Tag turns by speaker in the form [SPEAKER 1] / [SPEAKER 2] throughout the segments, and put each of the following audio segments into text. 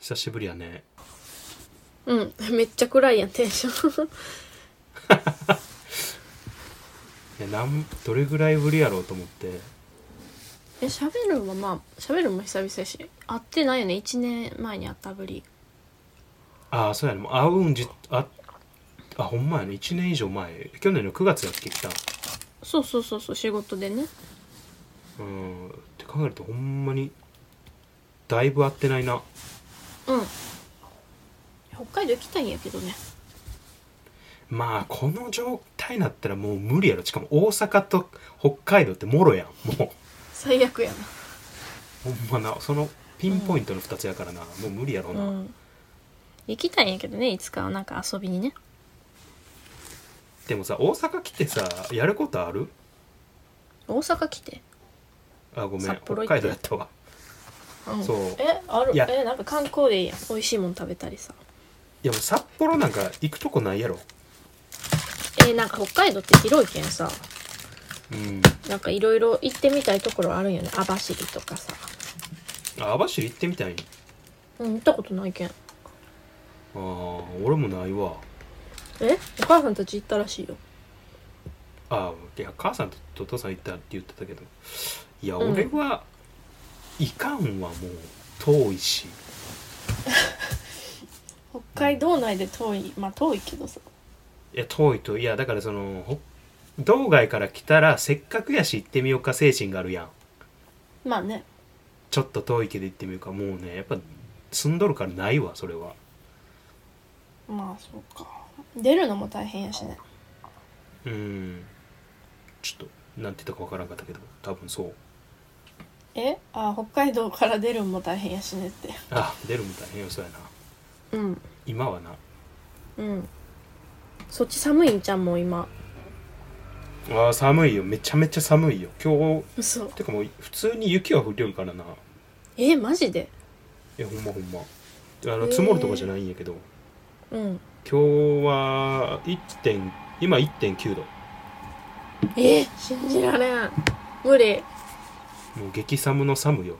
[SPEAKER 1] 久しぶりやね
[SPEAKER 2] うん めっちゃ暗いやんテンション
[SPEAKER 1] いやなんどれぐらいぶりやろうと思って
[SPEAKER 2] え喋るはまあ喋るも久々やし会ってないよね1年前に会ったぶり
[SPEAKER 1] ああそうやねもう会うんじああほんまやね1年以上前去年の9月やっけ来た
[SPEAKER 2] そうそうそうそう仕事でね
[SPEAKER 1] うんって考えるとほんまにだいぶ会ってないな
[SPEAKER 2] うん北海道行きたいんやけどね
[SPEAKER 1] まあこの状態になったらもう無理やろしかも大阪と北海道ってもろやんも
[SPEAKER 2] 最悪や
[SPEAKER 1] うほんまなそのピンポイントの2つやからな、もう無理やろ
[SPEAKER 2] な
[SPEAKER 1] な、
[SPEAKER 2] うん行きたいんやけどねいつかはなんか遊びにね
[SPEAKER 1] でもさ大阪来てさやることある
[SPEAKER 2] 大阪来て、
[SPEAKER 1] あごめん
[SPEAKER 2] 札
[SPEAKER 1] 北
[SPEAKER 2] 幌行って
[SPEAKER 1] 海道やったわ
[SPEAKER 2] うん
[SPEAKER 1] そう
[SPEAKER 2] えある
[SPEAKER 1] いや
[SPEAKER 2] えなんか観光でいいやん美味しいもん食べたりさ
[SPEAKER 1] いやもう札幌なんか行くとこないやろ
[SPEAKER 2] えなんか北海道って広いけんさ
[SPEAKER 1] うん
[SPEAKER 2] なんかいろいろ行ってみたいところあるんよね網走とかさ
[SPEAKER 1] あ網走行ってみたい
[SPEAKER 2] うん行ったことないけん
[SPEAKER 1] あー俺もないわ
[SPEAKER 2] えお母さんたち行ったらしいよ
[SPEAKER 1] あーいや母さんとお父さん行ったって言ってたけどいや
[SPEAKER 2] うん
[SPEAKER 1] 俺は、いかんはもう遠いし
[SPEAKER 2] 北海道内で遠いまあ遠いけどさ
[SPEAKER 1] いや遠いといやだからそのほ道外から来たらせっかくやし行ってみようか精神があるやん
[SPEAKER 2] まあね
[SPEAKER 1] ちょっと遠いけど行ってみようかもうねやっぱ住んどるからないわそれは
[SPEAKER 2] まあそうか出るのも大変やしね
[SPEAKER 1] うんちょっとなんて言ったかわからんかったけど多分そう
[SPEAKER 2] えあ北海道から出るのも大変やしねって
[SPEAKER 1] あ出るみたい変よそうやな
[SPEAKER 2] うん
[SPEAKER 1] 今はな
[SPEAKER 2] うんそっち寒いんちゃんもう今
[SPEAKER 1] あー寒いよめちゃめちゃ寒いよ今
[SPEAKER 2] 嘘
[SPEAKER 1] 日てかもう普通に雪は降りよるからない
[SPEAKER 2] えマジで
[SPEAKER 1] やほんまほんまあ
[SPEAKER 2] へ
[SPEAKER 1] の
[SPEAKER 2] ー
[SPEAKER 1] 積もるとかじゃないんやけど、
[SPEAKER 2] うん
[SPEAKER 1] 今日は1点今1.9度
[SPEAKER 2] え信じられん無理
[SPEAKER 1] もう激寒の寒よ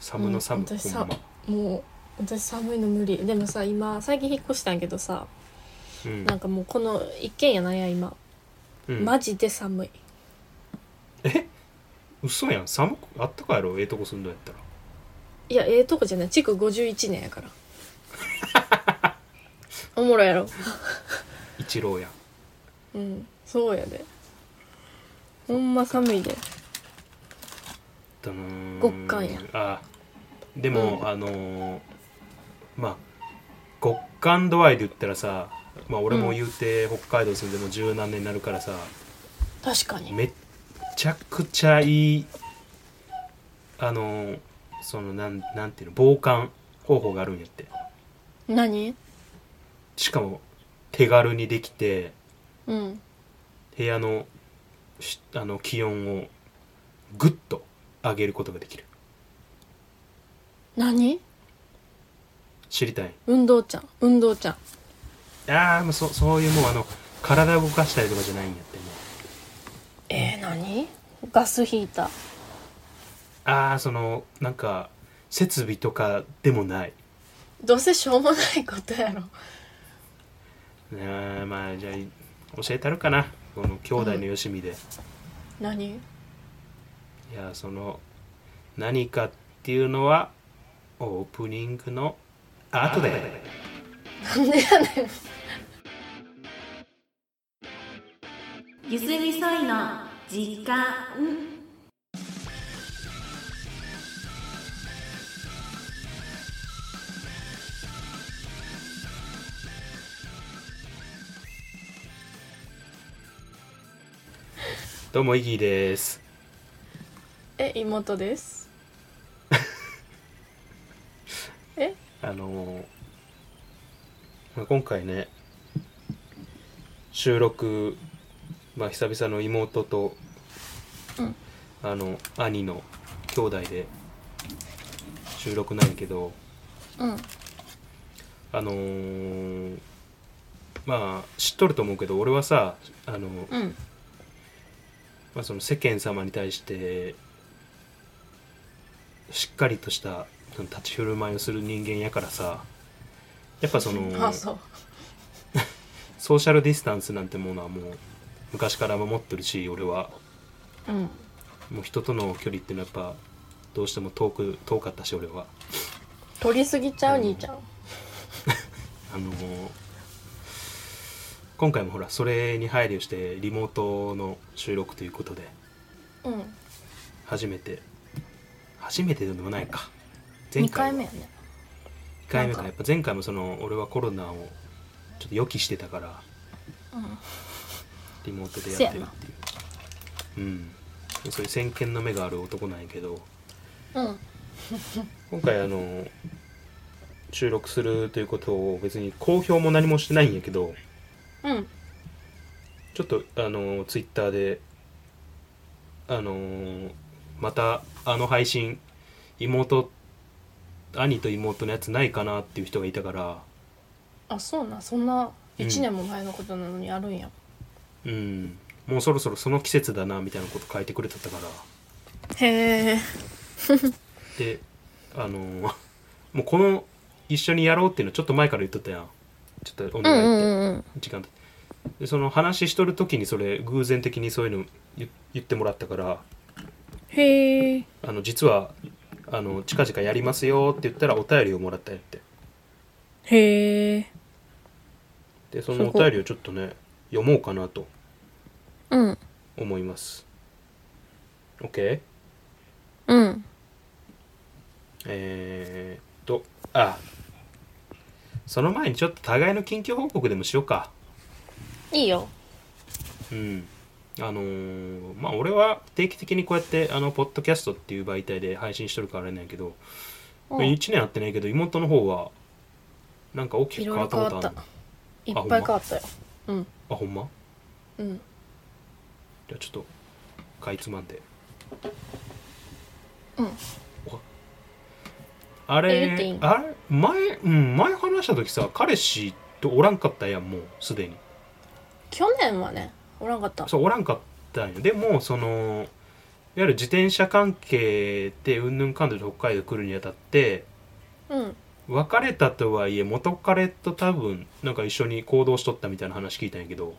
[SPEAKER 1] 寒の寒、
[SPEAKER 2] うん私
[SPEAKER 1] ほんま
[SPEAKER 2] さもう私寒いの無理でもさ今最近引っ越したんやけどさ
[SPEAKER 1] うん
[SPEAKER 2] なんかもうこの一軒家なんや今、
[SPEAKER 1] うん、
[SPEAKER 2] マジで寒い
[SPEAKER 1] え嘘やん寒くあったかやろええとこ住んどんやったら
[SPEAKER 2] いやええとこじゃない築51年やから おもろいやろ
[SPEAKER 1] 一郎やん
[SPEAKER 2] うんそうやでほんま寒いで
[SPEAKER 1] だなー
[SPEAKER 2] 極寒や
[SPEAKER 1] あでも、
[SPEAKER 2] うん
[SPEAKER 1] あのーまあ極寒度合いで言ったらさまあ俺も言うて北海道住んでもう十何年になるからさ、
[SPEAKER 2] 確かに
[SPEAKER 1] めっちゃくちゃいいあのーそのなんなんていうの防寒方法があるんやって
[SPEAKER 2] 何
[SPEAKER 1] しかも手軽にできて
[SPEAKER 2] うん
[SPEAKER 1] 部屋のしあの気温をぐっと上げることができる
[SPEAKER 2] 何
[SPEAKER 1] 知りたい
[SPEAKER 2] 運動ちゃん運動ちゃん
[SPEAKER 1] ああもうそそういうもうあの体動かしたりとかじゃないんやってもう
[SPEAKER 2] えー、何ガスヒーター
[SPEAKER 1] ああそのなんか設備とかでもない
[SPEAKER 2] どうせしょうもないことやろ
[SPEAKER 1] あーまあじゃあ教えたるかなこの兄弟のよしみで、
[SPEAKER 2] 何
[SPEAKER 1] いやその何かっていうのはオープニングの後で
[SPEAKER 2] なんでやねん
[SPEAKER 3] ゆすみそいの時間
[SPEAKER 1] どうもイギーです
[SPEAKER 2] え妹です え
[SPEAKER 1] あのーまあ、今回ね収録、まあ、久々の妹と、
[SPEAKER 2] うん
[SPEAKER 1] あの兄の兄弟で収録なんやけど
[SPEAKER 2] うん
[SPEAKER 1] あのーまあ知っとると思うけど俺はさあの
[SPEAKER 2] うん
[SPEAKER 1] まあ、その世間様に対してしっかりとしたその立ち振る舞いをする人間やからさやっぱその
[SPEAKER 2] あそう
[SPEAKER 1] ソーシャルディスタンスなんてものはもう昔から守ってるし俺は
[SPEAKER 2] うん
[SPEAKER 1] もう人との距離っていうのはやっぱどうしても遠く遠かったし俺は
[SPEAKER 2] 取りすぎちゃう兄ちゃん
[SPEAKER 1] あのー今回もほらそれに配慮してリモートの収録ということで
[SPEAKER 2] うん
[SPEAKER 1] 初めて初めてでもないか
[SPEAKER 2] 2回
[SPEAKER 1] は
[SPEAKER 2] 目やね
[SPEAKER 1] 一回目かや
[SPEAKER 2] なんか
[SPEAKER 1] っぱ前回もその俺はコロナをちょっと予期してたから
[SPEAKER 2] うん
[SPEAKER 1] リモートでやってるっていううんそういう先見の目がある男なんやけど
[SPEAKER 2] うん
[SPEAKER 1] 今回あの収録するということを別に公表も何もしてないんやけど
[SPEAKER 2] うん
[SPEAKER 1] ちょっとあのツイッターであのまたあの配信妹兄と妹のやつないかなっていう人がいたから
[SPEAKER 2] あそうなんそんな1年も前のことなのにあるんや、
[SPEAKER 1] うんもうそろそろその季節だなみたいなこと書いてくれてたから
[SPEAKER 2] へえ
[SPEAKER 1] であの ーもうこの一緒にやろうっていうのちょっと前から言っとったやんちょっとお
[SPEAKER 2] うん
[SPEAKER 1] 願
[SPEAKER 2] う
[SPEAKER 1] いって、
[SPEAKER 2] んうん
[SPEAKER 1] 時間とでその話しとる時にそれ偶然的にそういうの言言ってもらったから
[SPEAKER 2] へえ
[SPEAKER 1] あの実はあの近々やりますよって言ったらお便りをもらったんやって
[SPEAKER 2] へえ
[SPEAKER 1] でそ
[SPEAKER 2] す
[SPEAKER 1] のお
[SPEAKER 2] ごい
[SPEAKER 1] 便りをちょっとね読もうかなと
[SPEAKER 2] うん
[SPEAKER 1] 思います OK?
[SPEAKER 2] うん
[SPEAKER 1] えー、っとあその前にちょっと互いの近況報告でもしようか
[SPEAKER 2] いいよ
[SPEAKER 1] うん、あのーまあ俺は定期的にこうやってあのポッドキャストっていう媒体で配信しとるからあれなんやけど、
[SPEAKER 2] うん
[SPEAKER 1] 1年やってないけど妹の方はなんか大きく
[SPEAKER 2] い
[SPEAKER 1] 変
[SPEAKER 2] ろい
[SPEAKER 1] わ
[SPEAKER 2] ろ
[SPEAKER 1] ったこ
[SPEAKER 2] 変わ
[SPEAKER 1] とあ
[SPEAKER 2] った
[SPEAKER 1] る
[SPEAKER 2] いっぱい変わったようん
[SPEAKER 1] あほんま
[SPEAKER 2] うん
[SPEAKER 1] じゃあちょっとかいつまんで
[SPEAKER 2] うん
[SPEAKER 1] おあ
[SPEAKER 2] え言っていい
[SPEAKER 1] れ
[SPEAKER 2] ん
[SPEAKER 1] あれ前うん前話した時さ彼氏とおらんかったやんもうすでに
[SPEAKER 2] 去年はねおらんかった
[SPEAKER 1] そうおらんかったんよでもそのいわゆる自転車関係でうんぬんかんぬんで北海道来るにあたって
[SPEAKER 2] うん
[SPEAKER 1] 別れたとはいえ元彼と多分なんか一緒に行動しとったみたいな話聞いたんやけど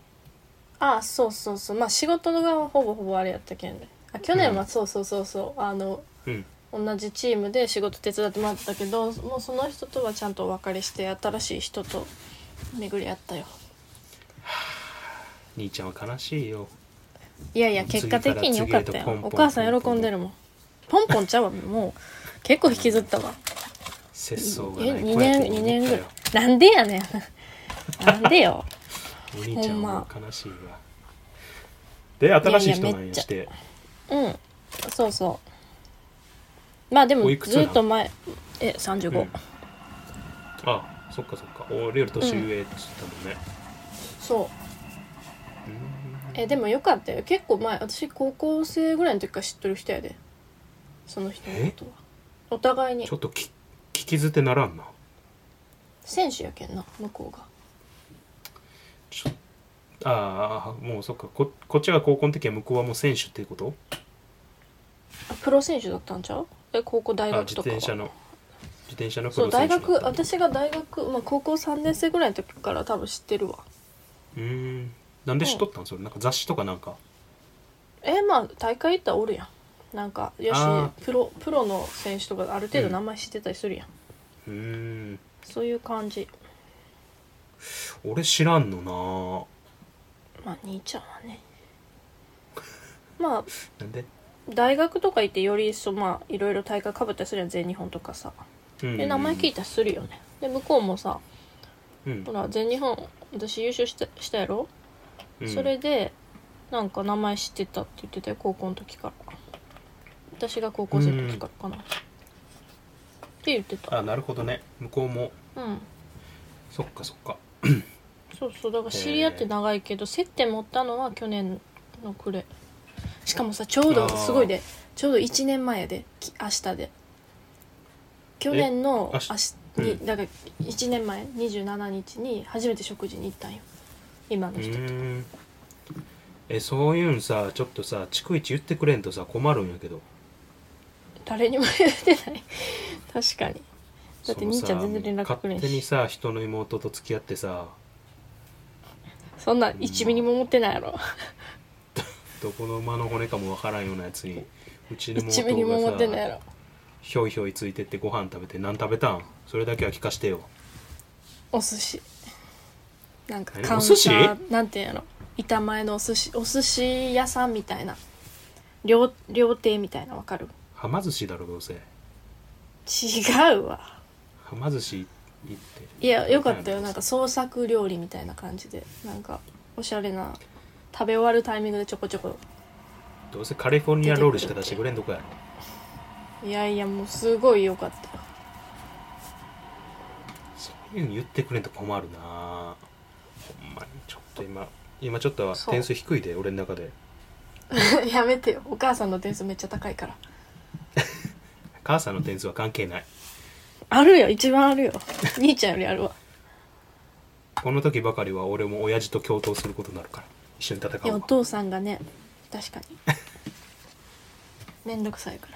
[SPEAKER 2] あそうそうそうまあ仕事がほぼほぼあれやったけんねあ去年はそうそうそうそうあの
[SPEAKER 1] うん
[SPEAKER 2] 同じチームで仕事手伝ってもらったけどもうその人とはちゃんとお別れして新しい人と巡り合ったよ
[SPEAKER 1] 兄ちゃんは悲しいよ
[SPEAKER 2] いやいや結果的に良かった
[SPEAKER 1] 次から次へとポン
[SPEAKER 2] よ
[SPEAKER 1] ポン
[SPEAKER 2] お母さん喜んでるもんポンポンちゃうわもう結構引きずったわ
[SPEAKER 1] 節操が
[SPEAKER 2] え
[SPEAKER 1] ない
[SPEAKER 2] 2
[SPEAKER 1] 子やと
[SPEAKER 2] 年
[SPEAKER 1] 思
[SPEAKER 2] 二
[SPEAKER 1] っ
[SPEAKER 2] 年ぐ
[SPEAKER 1] た
[SPEAKER 2] らい
[SPEAKER 1] よ
[SPEAKER 2] なんでやねんなんでよ
[SPEAKER 1] お兄ちゃん
[SPEAKER 2] ほん
[SPEAKER 1] は
[SPEAKER 2] ま
[SPEAKER 1] 悲しいわで新しい人ない
[SPEAKER 2] やい
[SPEAKER 1] ん
[SPEAKER 2] やめ
[SPEAKER 1] や
[SPEAKER 2] っちゃ
[SPEAKER 1] して
[SPEAKER 2] うんそうそうまあでも
[SPEAKER 1] おいくつ
[SPEAKER 2] ず
[SPEAKER 1] なの
[SPEAKER 2] っと前え35、
[SPEAKER 1] うんあそっかそっか俺より年上って言った
[SPEAKER 2] そう
[SPEAKER 1] もんね
[SPEAKER 2] えでもよかったよ結構前私高校生ぐらいの時から知っとる人やでその人のことはお互
[SPEAKER 1] う
[SPEAKER 2] い
[SPEAKER 1] ん
[SPEAKER 2] に
[SPEAKER 1] ちょっとき聞き捨てならんな
[SPEAKER 2] 選手やけんな向こうが
[SPEAKER 1] ちょああもうそっかここっちが高校の時は向こうはもう選手っていうこと
[SPEAKER 2] あプロ選手だったんちゃうえ高校大
[SPEAKER 1] あ
[SPEAKER 2] 学
[SPEAKER 1] 自
[SPEAKER 2] とかは
[SPEAKER 1] 転車の自転車のプ
[SPEAKER 2] そう
[SPEAKER 1] ロ
[SPEAKER 2] 大
[SPEAKER 1] 選手だった
[SPEAKER 2] 学私が大学、まあ、高校3年生ぐらいの時から多分知ってるわ
[SPEAKER 1] うーんなんで知っとったんそれなんか雑誌とかなんか
[SPEAKER 2] えまあ大会行ったらおるやんなんかよ
[SPEAKER 1] あ
[SPEAKER 2] しプロプロの選手とかある程度名前知ってたりするやん、
[SPEAKER 1] うーん
[SPEAKER 2] そういう感じ
[SPEAKER 1] 俺知らんの
[SPEAKER 2] まあ兄ちゃんはねまあ
[SPEAKER 1] ななんで
[SPEAKER 2] 大学とか行ってよりそうまあいろいろ大会かぶったりするやん全日本とかさ
[SPEAKER 1] うん
[SPEAKER 2] で名前聞いたりするよねで向こうもさ
[SPEAKER 1] うん
[SPEAKER 2] ほら全日本私優勝したしたやろ、
[SPEAKER 1] うん
[SPEAKER 2] それでなんか名前知ってたって言ってたよ高校の時から私が高校生の時からかな、って言ってた
[SPEAKER 1] あなるほどね向こうも
[SPEAKER 2] うん
[SPEAKER 1] そっかそっか
[SPEAKER 2] そうそうだから知り合って長いけど接点持ったのは去年の暮れしかもさちょう
[SPEAKER 1] あ
[SPEAKER 2] ど
[SPEAKER 1] ー
[SPEAKER 2] すごいでちょうど1年前やでき明日で去年の
[SPEAKER 1] え
[SPEAKER 2] 明
[SPEAKER 1] 明日
[SPEAKER 2] 日に、
[SPEAKER 1] うん
[SPEAKER 2] だから1年前27日に初めて食事に行ったんよ今
[SPEAKER 1] う
[SPEAKER 2] の人と、
[SPEAKER 1] ーんえそういうんさちょっとさ逐一言ってくれんとさ困るんやけど
[SPEAKER 2] 誰にも言ってない確かに
[SPEAKER 1] そ
[SPEAKER 2] だって
[SPEAKER 1] のさ
[SPEAKER 2] 兄ちゃん全然連絡くれん
[SPEAKER 1] 勝
[SPEAKER 2] し
[SPEAKER 1] 手にさ人の妹と付き合ってさ
[SPEAKER 2] そんな1ミリも持ってないやろ
[SPEAKER 1] どこの馬の骨かもわからんようなやつ にうちの
[SPEAKER 2] 1ミリも持
[SPEAKER 1] 妹
[SPEAKER 2] ってない
[SPEAKER 1] が
[SPEAKER 2] や
[SPEAKER 1] さ
[SPEAKER 2] ろ
[SPEAKER 1] ひょいひょいついてってご飯食べて何食べたんそれだけは聞かしてよ
[SPEAKER 2] お寿司なんか
[SPEAKER 1] え
[SPEAKER 2] カウンタ
[SPEAKER 1] お寿司
[SPEAKER 2] ーなんていうんやろ板前のお寿司お寿司屋さんみたいな料料亭みたいなわかる
[SPEAKER 1] はま寿司だろどうせ
[SPEAKER 2] 違うわ
[SPEAKER 1] はま寿司行ってい
[SPEAKER 2] いやよかったよなんか創作料理みたいな感じでなんかおしゃれな食べ終わるタイミングでちょこちょこ
[SPEAKER 1] どうせカリフォルニアロールしか出してくれんとこやろ
[SPEAKER 2] いやいやもうすごいよかった
[SPEAKER 1] そういうの言ってくれんと困るなほんまにちょっと今今ちょっと
[SPEAKER 2] そう
[SPEAKER 1] 点数低いで俺の中で
[SPEAKER 2] やめてよお母さんの点数めっちゃ高いから
[SPEAKER 1] 母さんの点数は関係ない
[SPEAKER 2] あるよ一番あるよ兄ちゃんよりあるわ
[SPEAKER 1] この時ばかりは俺も親父と共闘することになるから一緒に戦
[SPEAKER 2] いや
[SPEAKER 1] お
[SPEAKER 2] お
[SPEAKER 1] う
[SPEAKER 2] 父さんがね確かに めんどくさいか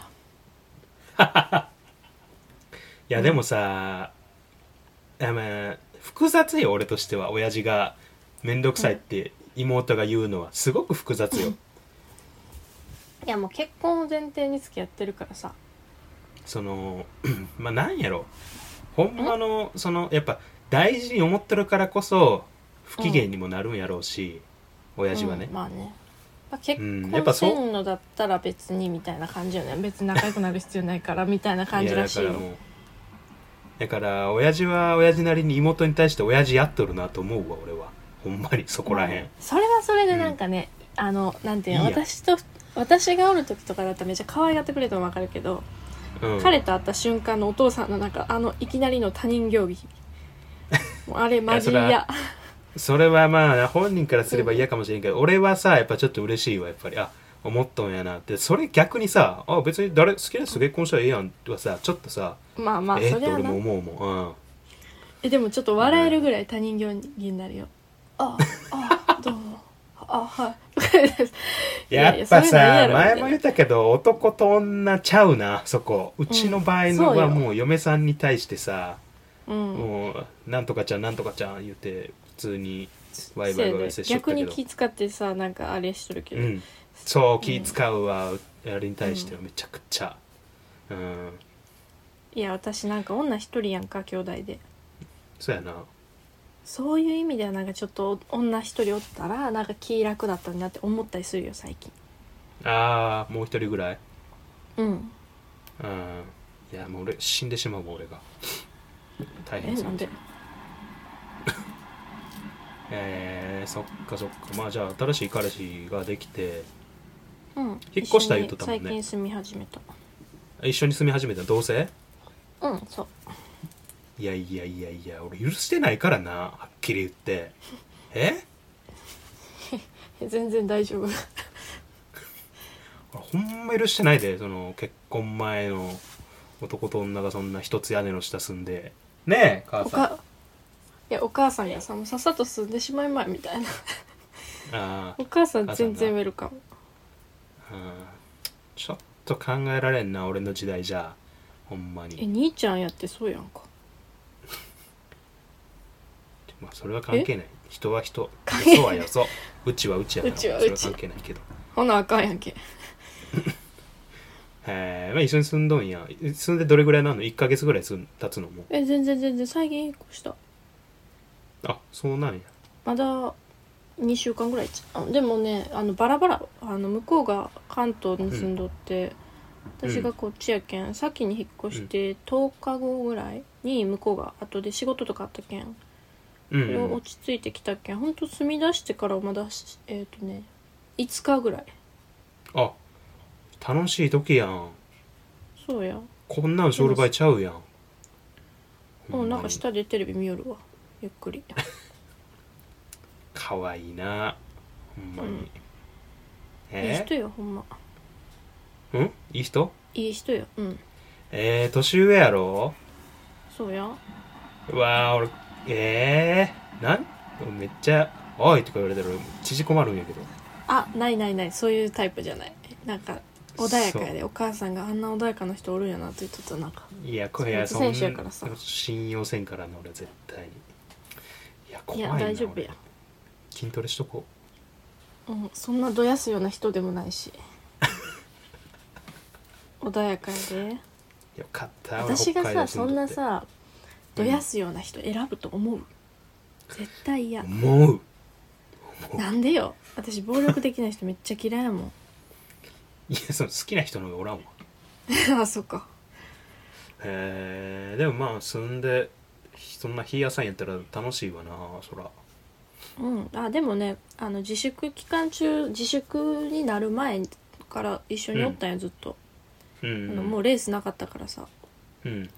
[SPEAKER 2] ら
[SPEAKER 1] いやでもさ、あまあ複雑よ俺としては親父が面倒くさいって妹が言うのはすごく複雑よ、
[SPEAKER 2] いやもう結婚を前提に付き合ってるからさ
[SPEAKER 1] そのまあなんやろほんまのそのやっぱ大事に思ってるからこそ不機嫌にもなるんやろうし、親父はね、
[SPEAKER 2] うんまあね、まあ、結
[SPEAKER 1] うんやっぱ
[SPEAKER 2] 婚
[SPEAKER 1] そう
[SPEAKER 2] せんのだったら別にみたいな感じよね別に仲良くなる必要ないからみたいな感じらしい
[SPEAKER 1] や
[SPEAKER 2] よ
[SPEAKER 1] だからもうだから親父は親父なりに妹に対して親父やっとるなと思うわ俺はほんまにそこらへん、
[SPEAKER 2] それはそれでなんかね、あのなんていうの
[SPEAKER 1] いいやん
[SPEAKER 2] 私と私がおる時とかだったらめっちゃ可愛がってくれても分かるけど、
[SPEAKER 1] うん、
[SPEAKER 2] 彼と会った瞬間のお父さんのなんかあのいきなりの他 人行儀もうあれマジ
[SPEAKER 1] い
[SPEAKER 2] 嫌
[SPEAKER 1] やそれはまあ本人からすれば嫌かもしれんけど、俺はさやっぱちょっと嬉しいわやっぱりあ思っとんやなってそれ逆にさあ別に誰好きな人と結婚したらええやんはさちょっとさ、
[SPEAKER 2] まあまあ
[SPEAKER 1] え
[SPEAKER 2] そ
[SPEAKER 1] っ
[SPEAKER 2] れ
[SPEAKER 1] て
[SPEAKER 2] は
[SPEAKER 1] 俺
[SPEAKER 2] な
[SPEAKER 1] も思うもん、うん、
[SPEAKER 2] えでもちょっと笑えるぐらい他人行儀になるよああ あどうもあはい
[SPEAKER 1] やっぱさ前も言
[SPEAKER 2] 言
[SPEAKER 1] ったけど男と女ちゃうなそこうちの場合の
[SPEAKER 2] そう
[SPEAKER 1] は
[SPEAKER 2] よ
[SPEAKER 1] もう嫁さんに対してさ、
[SPEAKER 2] うん
[SPEAKER 1] もうなんとかちゃんなんとかちゃん言って普通にワイワイワイワイ接しとった
[SPEAKER 2] 逆
[SPEAKER 1] け
[SPEAKER 2] に
[SPEAKER 1] ど
[SPEAKER 2] 気使ってさなんかあれしとるけ
[SPEAKER 1] う
[SPEAKER 2] ど、
[SPEAKER 1] んそう気使うわ、あれに対してはめちゃくちゃうん
[SPEAKER 2] いや私なんか女一人やんか兄弟で
[SPEAKER 1] そうやな
[SPEAKER 2] そういう意味ではなんかちょっと女一人おったらなんか気楽だったなって思ったりするよ最近
[SPEAKER 1] ああもう一人ぐらい
[SPEAKER 2] うん
[SPEAKER 1] うんいやもう俺死んでしまうわ俺が大
[SPEAKER 2] え
[SPEAKER 1] 変
[SPEAKER 2] な
[SPEAKER 1] さ
[SPEAKER 2] んで
[SPEAKER 1] えー、そっかそっかまあじゃあ新しい彼氏ができて
[SPEAKER 2] うん
[SPEAKER 1] 引っ越した言うとったもんね
[SPEAKER 2] 一緒に最近住み始めた
[SPEAKER 1] 一緒に住み始めた同棲
[SPEAKER 2] うんそう
[SPEAKER 1] いやいやいやいや俺許してないからなはっきり言ってえ
[SPEAKER 2] え全然大丈夫
[SPEAKER 1] 俺ほんま許してないでその結婚前の男と女がそんな一つ屋根の下住んでねえ母
[SPEAKER 2] お
[SPEAKER 1] さんあ
[SPEAKER 2] かいやお母さんがさもうさっさと住んでしまいまいみた いな
[SPEAKER 1] あ
[SPEAKER 2] お母さん全然ウェルカム
[SPEAKER 1] うんちょっと考えられんな俺の時代じゃほんま
[SPEAKER 2] え
[SPEAKER 1] に、
[SPEAKER 2] 兄ちゃんやってそうやんか
[SPEAKER 1] まあ、それは関係ない人は人よ
[SPEAKER 2] 関係ない
[SPEAKER 1] そはよそうちはうちやから
[SPEAKER 2] うちはう
[SPEAKER 1] そ
[SPEAKER 2] ち
[SPEAKER 1] れは関係ないけど
[SPEAKER 2] ほなあかんやんけ
[SPEAKER 1] へえまあ一緒に住んどんや住んでどれぐらいなの1ヶ月ぐらいすん経つのも
[SPEAKER 2] え全然全然最近引っ越した
[SPEAKER 1] あそうなんや
[SPEAKER 2] まだ2週間ぐらいちゃうあでもねあのバラバラあの向こうが関東に住んどって、
[SPEAKER 1] うん
[SPEAKER 2] 私がこっちやけん先に引っ越して10日後ぐらいに向こうが後で仕事とかあったけん
[SPEAKER 1] うん、
[SPEAKER 2] それ
[SPEAKER 1] うん
[SPEAKER 2] 落ち着いてきたけんほんと住み出してからまだしえっ、とね5日ぐらい
[SPEAKER 1] あ楽しい時やん
[SPEAKER 2] そうや
[SPEAKER 1] こんなんショールバイちゃうやん
[SPEAKER 2] も
[SPEAKER 1] ほ
[SPEAKER 2] う
[SPEAKER 1] ま
[SPEAKER 2] な
[SPEAKER 1] に
[SPEAKER 2] んか下でテレビ見よるわゆっくり
[SPEAKER 1] かわいいなほんまに、
[SPEAKER 2] うんいい
[SPEAKER 1] え
[SPEAKER 2] 人よほんま
[SPEAKER 1] うんいい人
[SPEAKER 2] いい人ようん
[SPEAKER 1] えー、年上やろ
[SPEAKER 2] そうや
[SPEAKER 1] うわあ俺えー、なんめっちゃ「おい」とか言われたら縮こまるんやけど
[SPEAKER 2] あないないないそういうタイプじゃないなんか穏やかやでお母さんがあんな穏やかな人おるんやなって言っとったなんか
[SPEAKER 1] いやこれいや
[SPEAKER 2] ス
[SPEAKER 1] そ
[SPEAKER 2] ポー
[SPEAKER 1] ん
[SPEAKER 2] ツ選手やからさ
[SPEAKER 1] 信用せんからな俺絶対にいや
[SPEAKER 2] い
[SPEAKER 1] 怖い
[SPEAKER 2] や
[SPEAKER 1] な
[SPEAKER 2] 大丈夫
[SPEAKER 1] 俺
[SPEAKER 2] や、
[SPEAKER 1] 筋トレしとこ
[SPEAKER 2] うん、そんなどやすような人でもな いし穏やかやで
[SPEAKER 1] うよかった俺
[SPEAKER 2] 私が
[SPEAKER 1] 北海
[SPEAKER 2] さ
[SPEAKER 1] 道住ん
[SPEAKER 2] そん
[SPEAKER 1] どっ
[SPEAKER 2] な
[SPEAKER 1] て
[SPEAKER 2] さどやすような人選ぶと思う絶対嫌
[SPEAKER 1] 思う
[SPEAKER 2] なんでよ私暴力的な人めっちゃ嫌いやもん
[SPEAKER 1] い やその好きな人の方がおらんわ
[SPEAKER 2] あそっか
[SPEAKER 1] えー、でもまあ住んでそんな火屋さんやったら楽しいわなそら
[SPEAKER 2] うん、あでもねあの自粛期間中自粛になる前から一緒におったんや、ずっと、
[SPEAKER 1] う
[SPEAKER 2] あ
[SPEAKER 1] ん
[SPEAKER 2] のもうレースなかったからさ
[SPEAKER 1] うん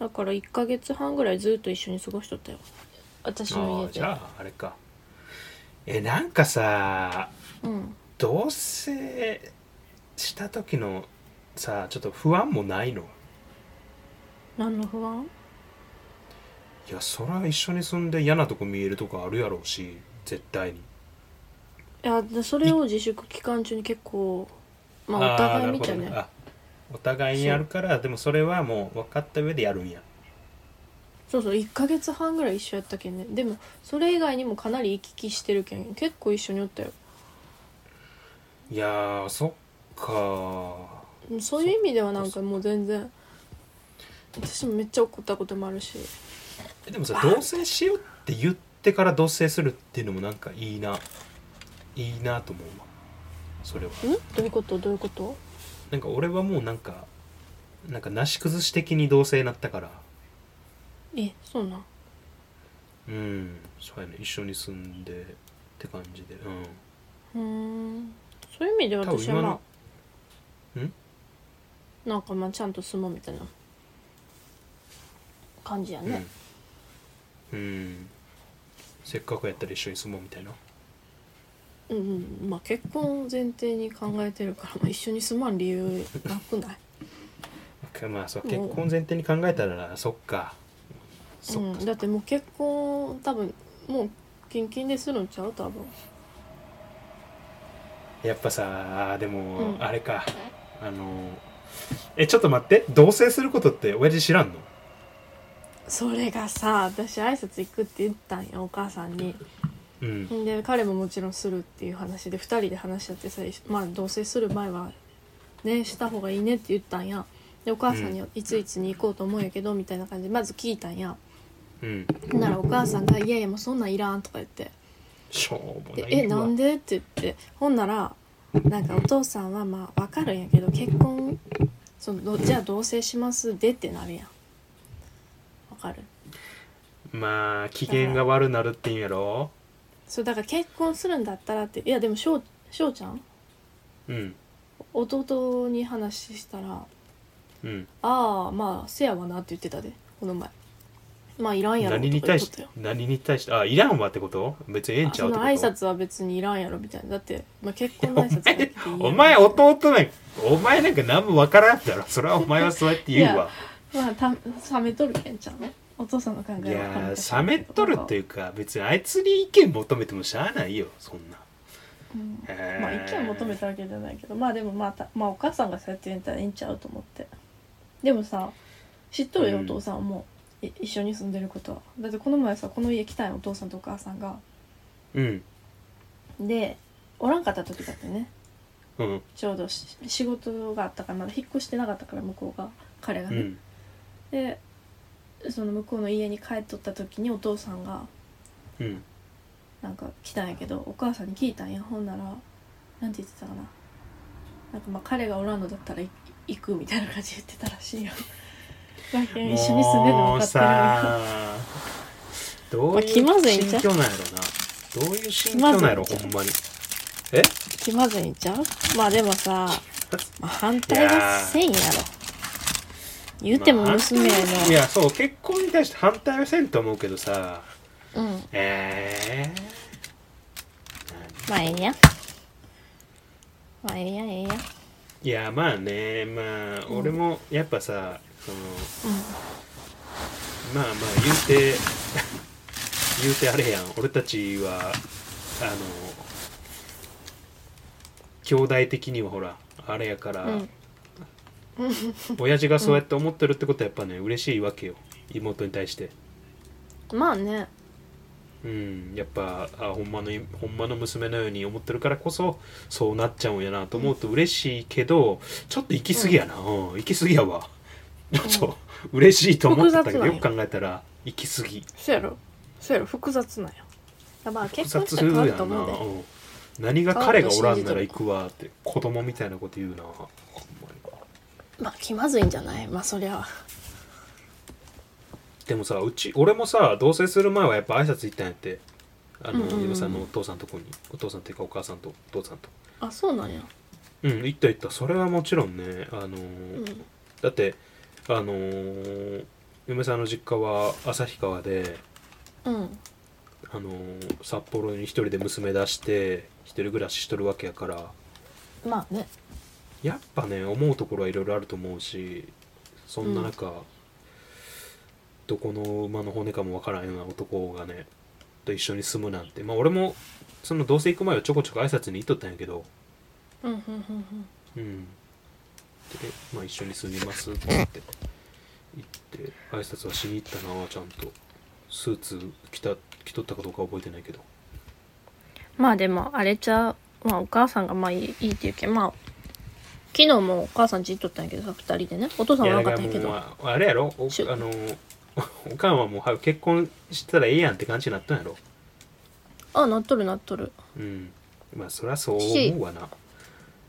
[SPEAKER 2] だから1ヶ月半ぐらいずっと一緒に過ごしとったよ私
[SPEAKER 1] あ
[SPEAKER 2] の家
[SPEAKER 1] あ
[SPEAKER 2] で
[SPEAKER 1] じゃああれかえなんかさ
[SPEAKER 2] うん
[SPEAKER 1] 同棲した時のさちょっと不安もないの
[SPEAKER 2] 何の不安
[SPEAKER 1] いやそら一緒に住んで嫌なとこ見えるとこあるやろうし絶対に
[SPEAKER 2] いやでそれを自粛期間中に結構まあお
[SPEAKER 1] ー
[SPEAKER 2] 互い
[SPEAKER 1] なる
[SPEAKER 2] 見
[SPEAKER 1] ほ
[SPEAKER 2] ち
[SPEAKER 1] ど
[SPEAKER 2] ゃうね
[SPEAKER 1] あお互いにやるからでもそれはもう分かった上でやるんや
[SPEAKER 2] そうそう1ヶ月半ぐらい一緒やったけんねでもそれ以外にもかなり行き来してるけん結構一緒におったよ
[SPEAKER 1] いやーそっか
[SPEAKER 2] そういう意味ではなんかもう全然私もめっちゃ怒ったこともあるし
[SPEAKER 1] えでもさ同棲しようって言ってから同棲するっていうのもなんかいいないいなと思うわそれは
[SPEAKER 2] んどういうことどういうこと
[SPEAKER 1] なんか俺はもうなんかなんかなし崩し的に同棲になったから
[SPEAKER 2] えそうなん
[SPEAKER 1] うんそうやね一緒に住んでって感じでうん
[SPEAKER 2] うーんそういう意味で私は
[SPEAKER 1] 多分今の
[SPEAKER 2] まあ
[SPEAKER 1] ん
[SPEAKER 2] なんかまあちゃんと住もうみたいな感じやね、
[SPEAKER 1] うん、うん、せっかくやったら一緒に住もうみたいな
[SPEAKER 2] うん、うんまあ結婚を前提に考えてるから、まあ、一緒に住まん理由なくない
[SPEAKER 1] まあそう
[SPEAKER 2] お
[SPEAKER 1] 結婚前提に考えたらそっか そっ
[SPEAKER 2] うん、だってもう結婚多分もうキンキンでするんちゃう多分
[SPEAKER 1] やっぱさでも、
[SPEAKER 2] うん
[SPEAKER 1] あれかあのえちょっと待って同棲することって親父知らんの
[SPEAKER 2] それがさ私挨拶行くって言ったんよお母さんに
[SPEAKER 1] うん
[SPEAKER 2] で彼ももちろんするっていう話で2人で話し合ってさ、まあ、同棲する前はねした方がいいねって言ったんやでお母さんにいついつに行こうと思うんやけどみたいな感じでまず聞いたんや
[SPEAKER 1] うん
[SPEAKER 2] ならお母さんが「いやいやもうそんなんいらん」とか言って
[SPEAKER 1] しょうも
[SPEAKER 2] で
[SPEAKER 1] な
[SPEAKER 2] え
[SPEAKER 1] いわ
[SPEAKER 2] なんで?」って言ってほんならなんかお父さんはまあ分かるんやけど結婚そのどじゃあ同棲しますでってなるやんわかる
[SPEAKER 1] まあ機嫌が悪なるっていうんやろ
[SPEAKER 2] そうだから結婚するんだったらっていやでもしょうしょうちゃん
[SPEAKER 1] うん
[SPEAKER 2] 弟に話したら
[SPEAKER 1] うん
[SPEAKER 2] 「ああまあせやわな」って言ってたでこの前まあいらんやろとか
[SPEAKER 1] 何
[SPEAKER 2] 言
[SPEAKER 1] に
[SPEAKER 2] っとっ
[SPEAKER 1] 対して
[SPEAKER 2] たよ
[SPEAKER 1] 何に対してあいらんわってこと別にええん
[SPEAKER 2] あ
[SPEAKER 1] ちゃ
[SPEAKER 2] そう
[SPEAKER 1] って
[SPEAKER 2] の
[SPEAKER 1] こと
[SPEAKER 2] 挨拶は別にいらんやろみたいなだって、まあ、結婚の挨拶だけでいいやん
[SPEAKER 1] お前弟なんかお前なんか何もわからんだろそれはお前はそうやって言うわ
[SPEAKER 2] まあた冷めとるけんちゃうのお父さんの考
[SPEAKER 1] い
[SPEAKER 2] えはわか
[SPEAKER 1] や
[SPEAKER 2] る
[SPEAKER 1] ー冷めっとるっていうか別にあいつに意見求めてもしゃあないよそんな
[SPEAKER 2] うん
[SPEAKER 1] えー
[SPEAKER 2] まあ意見求めたわけじゃないけどまあでもまあた、まあ、お母さんがそうやって言ったらいいんちゃうと思ってでもさ知っとるよ
[SPEAKER 1] う
[SPEAKER 2] お
[SPEAKER 1] ん
[SPEAKER 2] 父さんはもう、い一緒に住んでることはだってこの前さこの家来たんよお父さんとお母さんが
[SPEAKER 1] うん
[SPEAKER 2] でおらんかった時だったよね
[SPEAKER 1] うん
[SPEAKER 2] ちょうどし仕事があったからまだ引っ越してなかったから向こうが彼が
[SPEAKER 1] う
[SPEAKER 2] ね、
[SPEAKER 1] ん
[SPEAKER 2] でその向こうの家に帰っとった時にお父さんが
[SPEAKER 1] うん
[SPEAKER 2] なんか来たんやけどお母さんに聞いたんやほんならなんて言ってたかななんかまあ彼がおらんのだったらい行くみたいな感じで言ってたらしいよ だけど一緒に住んでるの
[SPEAKER 1] もう
[SPEAKER 2] 分かってるよ
[SPEAKER 1] さどういう
[SPEAKER 2] まあ気
[SPEAKER 1] 心
[SPEAKER 2] まずいんちゃう
[SPEAKER 1] 境なんやろなどういう心境なんやろ
[SPEAKER 2] 気まずいんちゃう
[SPEAKER 1] ほんまにえ
[SPEAKER 2] 気まずいんちゃうまあでも さ、まあ、反対はせんやろ言うても娘や
[SPEAKER 1] いやそう結婚に対して反対はせんと思うけどさ
[SPEAKER 2] のうん
[SPEAKER 1] え
[SPEAKER 2] まあええやまあええやええや
[SPEAKER 1] ー、いやまあねまあ俺もやっぱさそのまあまあ言うて 言うてあれやん俺たちはあの兄弟的にはほらあれやから、
[SPEAKER 2] うん
[SPEAKER 1] 親父がそうやって思ってるってことはやっぱね嬉しいわけよ妹に対して
[SPEAKER 2] まあね
[SPEAKER 1] うんやっぱあほんまのほんまの娘のように思ってるからこそそうなっちゃうんやなと思うと嬉しいけど、ちょっと行き過ぎやな、うん行き過ぎやわ ちょっと、嬉しいと思ってたけど
[SPEAKER 2] 複雑なん
[SPEAKER 1] よ
[SPEAKER 2] よ
[SPEAKER 1] く考えたら行き過ぎ
[SPEAKER 2] そうやろそうやろ複雑なんよだからまあ
[SPEAKER 1] 複
[SPEAKER 2] 結婚し
[SPEAKER 1] 雑
[SPEAKER 2] たら
[SPEAKER 1] や
[SPEAKER 2] 変
[SPEAKER 1] な
[SPEAKER 2] わると思うで
[SPEAKER 1] うん何が彼がおらんなら行くわって子供みたいなこと言うなほんまに
[SPEAKER 2] まあ気まずいんじゃないまあそりゃ
[SPEAKER 1] でもさうち俺もさ同棲する前はやっぱ挨拶行ったんやってあの、
[SPEAKER 2] うんうんうん
[SPEAKER 1] 嫁さんのお父さんとこにお父さんっていうかお母さんとお父さんと
[SPEAKER 2] あそうなんや
[SPEAKER 1] うん行った行ったそれはもちろんねあのー
[SPEAKER 2] うん
[SPEAKER 1] だってあのー嫁さんの実家は旭川で
[SPEAKER 2] うん
[SPEAKER 1] あのー札幌に一人で娘出して一人暮らししとるわけやから
[SPEAKER 2] まあね
[SPEAKER 1] やっぱね思うところはいろいろあると思うしそんな中、どこの馬の骨かもわからんような男がねと一緒に住むなんてまあ俺もその同棲行く前はちょこちょこ挨拶に行っとったんやけど
[SPEAKER 2] うんうんうんうん
[SPEAKER 1] うんで、まあ、一緒に住みますって言って行って挨拶はしに行ったなちゃんとスーツ着た着とったかどうかは覚えてないけど
[SPEAKER 2] まあでもあれちゃうまあお母さんがまあいいいいっていうけどまあ昨日もお母さんち行っとったんやけどさ2人でねお父さん
[SPEAKER 1] い
[SPEAKER 2] は
[SPEAKER 1] や
[SPEAKER 2] な
[SPEAKER 1] だか
[SPEAKER 2] かっ
[SPEAKER 1] ら
[SPEAKER 2] たん
[SPEAKER 1] も
[SPEAKER 2] やけ
[SPEAKER 1] う
[SPEAKER 2] ど
[SPEAKER 1] まああれやろお
[SPEAKER 2] しゅ
[SPEAKER 1] あのおかんはもう早く結婚したらええやんって感じになったんやろ
[SPEAKER 2] あなっとるなっとる
[SPEAKER 1] うんまあそりゃそう思うわな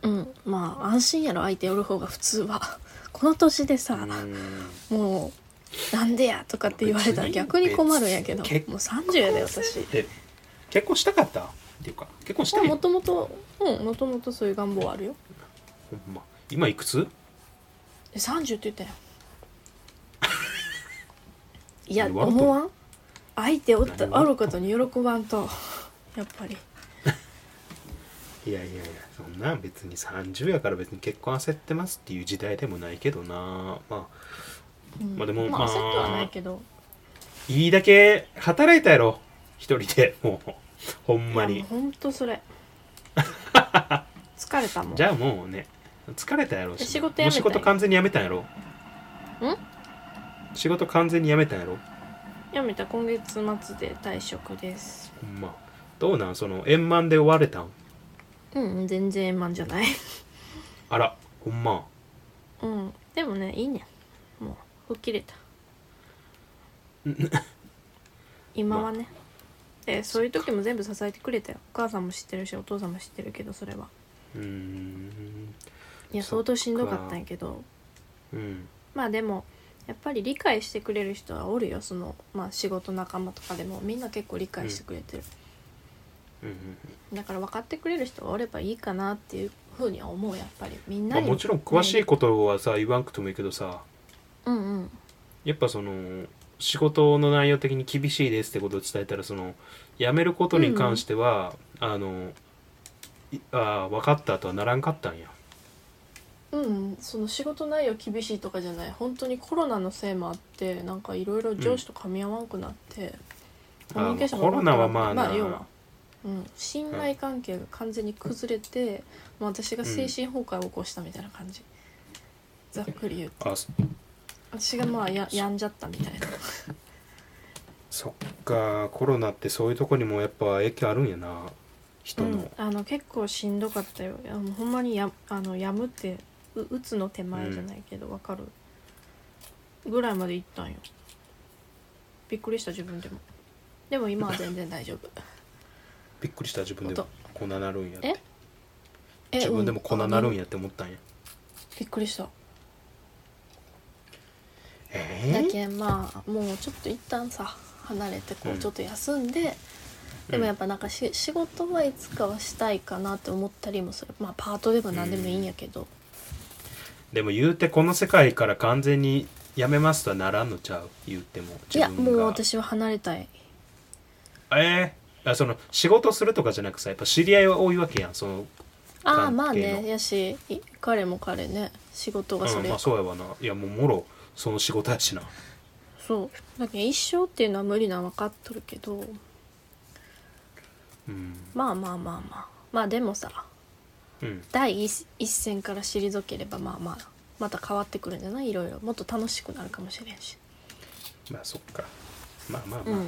[SPEAKER 2] うんまあ安心やろ相手おる方が普通はこの年でさ、
[SPEAKER 1] うん
[SPEAKER 2] もうなんでやとかって言われたら逆に困るんやけどもう
[SPEAKER 1] 別に
[SPEAKER 2] 30やで私
[SPEAKER 1] で結婚したかったっていうか結婚したい
[SPEAKER 2] も
[SPEAKER 1] ほん
[SPEAKER 2] ともとうんもともとそういう願望はあるよ
[SPEAKER 1] ま今いくつ
[SPEAKER 2] え30っ て言ったよいや
[SPEAKER 1] 笑うとる
[SPEAKER 2] 思わん相手おった
[SPEAKER 1] 何
[SPEAKER 2] あ
[SPEAKER 1] 笑
[SPEAKER 2] る
[SPEAKER 1] うと
[SPEAKER 2] こ
[SPEAKER 1] る
[SPEAKER 2] とに喜ばんとやっぱり
[SPEAKER 1] いやいやいやそんなん別に30やから別に結婚焦ってますっていう時代でもないけどなまあ
[SPEAKER 2] うん
[SPEAKER 1] まあでも
[SPEAKER 2] ま
[SPEAKER 1] ま
[SPEAKER 2] あ
[SPEAKER 1] あ
[SPEAKER 2] 焦ってはないけど
[SPEAKER 1] いいだけ働いたやろ一人でもうほんま
[SPEAKER 2] い
[SPEAKER 1] に
[SPEAKER 2] やもうほんと それ疲れたもん
[SPEAKER 1] じゃあもうね疲れたやろうしな
[SPEAKER 2] 仕事辞めた
[SPEAKER 1] も
[SPEAKER 2] んや
[SPEAKER 1] う仕事完全に辞めたんやろん仕事完全に辞めたんやろ
[SPEAKER 2] やめた今月末で退職です
[SPEAKER 1] ほんまどうなんその円満で終われたん
[SPEAKER 2] うん全然円満じゃない
[SPEAKER 1] あらほんま
[SPEAKER 2] うんでもねいいねんもう吹っ切れた今はね、えそういう時も全部支えてくれたよお母さんも知ってるしお父さんも知ってるけどそれは
[SPEAKER 1] うーん
[SPEAKER 2] いや
[SPEAKER 1] そ
[SPEAKER 2] 相
[SPEAKER 1] っか
[SPEAKER 2] 当しんどかったんやけど
[SPEAKER 1] うん
[SPEAKER 2] まあでもやっぱり理解してくれる人はおるよその、まあ、仕事仲間とかでもみんな結構理解してくれてる、
[SPEAKER 1] うんうん
[SPEAKER 2] だから分かってくれる人がおればいいかなっていうふうには思うやっぱりみん
[SPEAKER 1] ま
[SPEAKER 2] な
[SPEAKER 1] あ、
[SPEAKER 2] に、
[SPEAKER 1] もちろん詳しいことはさ言わんくてもいいけどさ
[SPEAKER 2] うんうん
[SPEAKER 1] やっぱその仕事の内容的に厳しいですってことを伝えたらその辞めることに関しては、あのいあー分かったとはならんかったんや
[SPEAKER 2] うんうん、その仕事内容厳しいとかじゃない本当にコロナのせいもあってなんかいろいろ上司と噛み合わんくなって、
[SPEAKER 1] あー
[SPEAKER 2] コミュニケーション
[SPEAKER 1] コロナはまあな
[SPEAKER 2] まあ要は、うん、信頼関係が完全に崩れて、もう私が精神崩壊を起こしたみたいな感じ、ざっくり言うと
[SPEAKER 1] あそ
[SPEAKER 2] 私がまあや病んじゃったみたいな
[SPEAKER 1] そっかコロナってそういうとこにもやっぱ影響あるんやな人
[SPEAKER 2] う
[SPEAKER 1] の、
[SPEAKER 2] ん、あの結構しんどかったよいやもうほんまにやあのやむってううつの手前じゃないけどわかるぐらいまで行ったんよびっくりした自分でもでも今は全然大丈 夫
[SPEAKER 1] びっくりした自分で
[SPEAKER 2] 音
[SPEAKER 1] も粉なるんやっ
[SPEAKER 2] え
[SPEAKER 1] て
[SPEAKER 2] え
[SPEAKER 1] 自分でも粉なるん
[SPEAKER 2] や
[SPEAKER 1] やって思ったんや、
[SPEAKER 2] びっくりしただ
[SPEAKER 1] えー
[SPEAKER 2] けんまあもうちょっと一旦さ離れてこ
[SPEAKER 1] う
[SPEAKER 2] うんちょっと休んで、でもやっぱなんかし仕事はいつかはしたいかなって思ったりもするまあパートでも何でもいいんやけど、
[SPEAKER 1] でも言うてこの世界から完全にやめますとはならんのちゃう言うても
[SPEAKER 2] いやもう
[SPEAKER 1] が
[SPEAKER 2] 私は離れたい
[SPEAKER 1] えー、あその仕事するとかじゃなくさやっぱ知り合いは多いわけやんその
[SPEAKER 2] あ
[SPEAKER 1] 関係の
[SPEAKER 2] あまあねやしい彼も彼ね仕事がそ
[SPEAKER 1] うん
[SPEAKER 2] れ、
[SPEAKER 1] まあ、そうやわないやもうもろその仕事やしな
[SPEAKER 2] そうだけど一生っていうのは無理なの分かっとるけど
[SPEAKER 1] うん
[SPEAKER 2] まあまあまあまあまあでもさ
[SPEAKER 1] うん
[SPEAKER 2] 第一一線から退ければまあまあまた変わってくるんじゃないいろいろもっと楽しくなるかもしれんし、
[SPEAKER 1] まあそっかまあまあ
[SPEAKER 2] う
[SPEAKER 1] まあ、
[SPEAKER 2] ん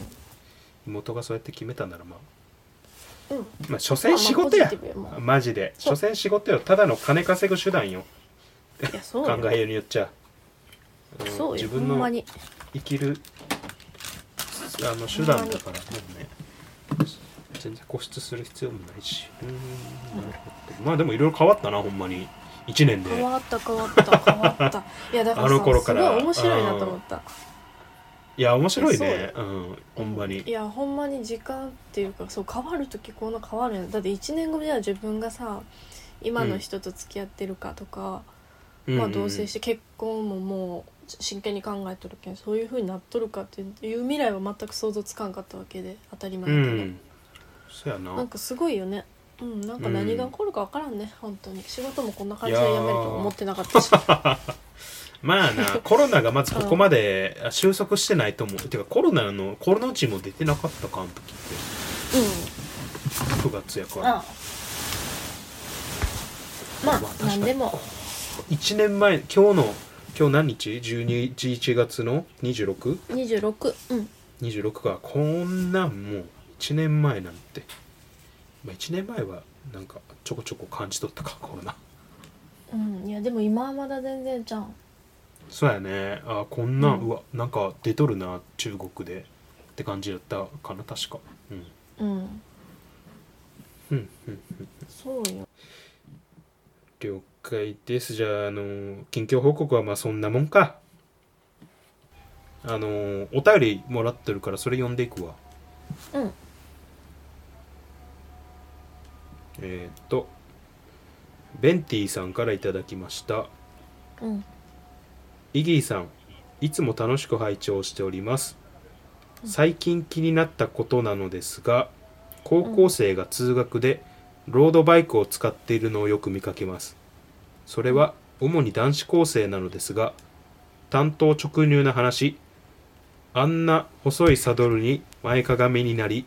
[SPEAKER 1] 妹がそうやって決めたならまあ
[SPEAKER 2] うん
[SPEAKER 1] まあ所詮仕事や
[SPEAKER 2] まあまあポジティブよもう
[SPEAKER 1] マジで
[SPEAKER 2] そ
[SPEAKER 1] 所
[SPEAKER 2] う
[SPEAKER 1] 詮仕事よただの金稼ぐ手段よ
[SPEAKER 2] いやそう
[SPEAKER 1] 考
[SPEAKER 2] よ
[SPEAKER 1] えによっちゃうん
[SPEAKER 2] そう
[SPEAKER 1] 自
[SPEAKER 2] よほ
[SPEAKER 1] 分
[SPEAKER 2] んま
[SPEAKER 1] の
[SPEAKER 2] に
[SPEAKER 1] 生きるあの手段だからもうね全然固執する必要もないしうんなるほどまあでもいろいろ変わったなほんまに1年で
[SPEAKER 2] 変わった変わった変わったいやだから
[SPEAKER 1] あ
[SPEAKER 2] さ
[SPEAKER 1] の頃から
[SPEAKER 2] すごい面白いなと思った
[SPEAKER 1] いや面白い
[SPEAKER 2] いや
[SPEAKER 1] ねうんほんま
[SPEAKER 2] い
[SPEAKER 1] に
[SPEAKER 2] やほんまに時間っていうかそう変わる時こんな変わるんやだって1年後じゃあ自分がさ今の人と付き合ってるかとか、まあ、同棲して結婚ももう真剣に考えとるけんそういうふうになっとるかっていう未来は全く想像つかんかったわけで当たり
[SPEAKER 1] う
[SPEAKER 2] 前
[SPEAKER 1] ん
[SPEAKER 2] だ
[SPEAKER 1] う
[SPEAKER 2] けど、
[SPEAKER 1] んそや
[SPEAKER 2] なん
[SPEAKER 1] な
[SPEAKER 2] かすごいよねうんなんか何が起こるか分からんね本当に仕事もこんな感じで辞めるとは思ってなかったし
[SPEAKER 1] まあ なコロナがまずここまで収束してないと思うてかコロナのコロナうちも出てなかったかあの時っ
[SPEAKER 2] う
[SPEAKER 1] て9月やか
[SPEAKER 2] ん
[SPEAKER 1] ら
[SPEAKER 2] あまあ
[SPEAKER 1] まあ確かに
[SPEAKER 2] 何でも
[SPEAKER 1] 1年前今日の今日何日12 ?11 月の 26?26
[SPEAKER 2] 26うん
[SPEAKER 1] かこんなんもう1年前なんて、まあ、1年前はなんかちょこちょこ感じ取ったかコロナ
[SPEAKER 2] うんいやでも今はまだ全然じゃん
[SPEAKER 1] そうやねあこんなん、
[SPEAKER 2] う
[SPEAKER 1] うんわなんか出とるな中国でって感じだったかな確かうん
[SPEAKER 2] うん
[SPEAKER 1] うんうん
[SPEAKER 2] そうよ
[SPEAKER 1] 了解ですじゃああの近況報告はまあそんなもんかあのお便りもらってるからそれ読んでいくわ
[SPEAKER 2] うん
[SPEAKER 1] えーっとベンティさんからいただきました
[SPEAKER 2] うん
[SPEAKER 1] イギーさんいつも楽しく拝聴しております最近気になったことなのですが高校生が通学でロードバイクを使っているのをよく見かけますそれは主に男子高生なのですが担当直入な話あんな細いサドルに前かがみになり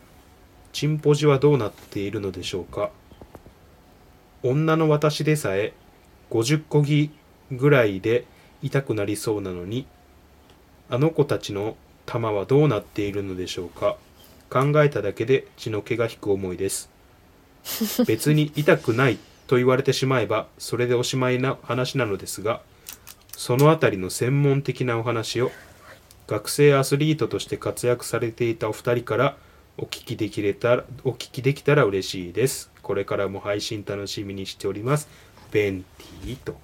[SPEAKER 1] チンポジはどうなっているのでしょうか女の私でさえ50こぎぐらいで痛くなりそうなのにあの子たちの玉はどうなっているのでしょうか考えただけで血の気が引く思いです別に痛くないと言われてしまえばそれでおしまいな話なのですがそのあたりの専門的なお話を学生アスリートとして活躍されていたお二人からお聞きできれたらお聞きできたら嬉しいですこれからも配信楽しみにしておりますベンティと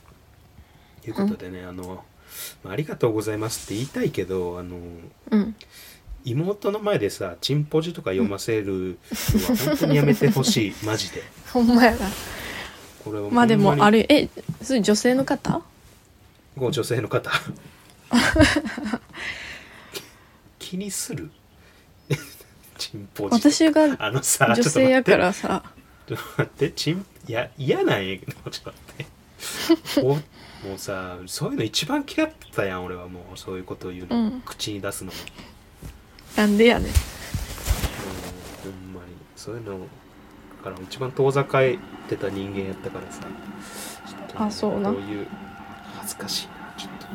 [SPEAKER 1] いうことでね、あのまあありがとうございますって言いたいけどあの
[SPEAKER 2] うん
[SPEAKER 1] 妹の前でさチンポジとか読ませるのは本当にやめてほし いマジで
[SPEAKER 2] ほんまやな
[SPEAKER 1] これは
[SPEAKER 2] まあで
[SPEAKER 1] ほん
[SPEAKER 2] もあ
[SPEAKER 1] に
[SPEAKER 2] れえそれ女性の方
[SPEAKER 1] ご女性の方 気にする チンポジ
[SPEAKER 2] 私が
[SPEAKER 1] あのさ
[SPEAKER 2] 女性やからさ
[SPEAKER 1] ちょっと待ってチンいや嫌なんやけどちょっと 待っておもうさそういうの一番嫌ってたやん俺はもうそういうことを言うの、
[SPEAKER 2] うん
[SPEAKER 1] 口に出すのも
[SPEAKER 2] なんでやねん
[SPEAKER 1] もうほんまにそういうのから一番遠ざかってた人間やったからさちょっとね
[SPEAKER 2] あそうな
[SPEAKER 1] こういう恥ずかしいなちょっと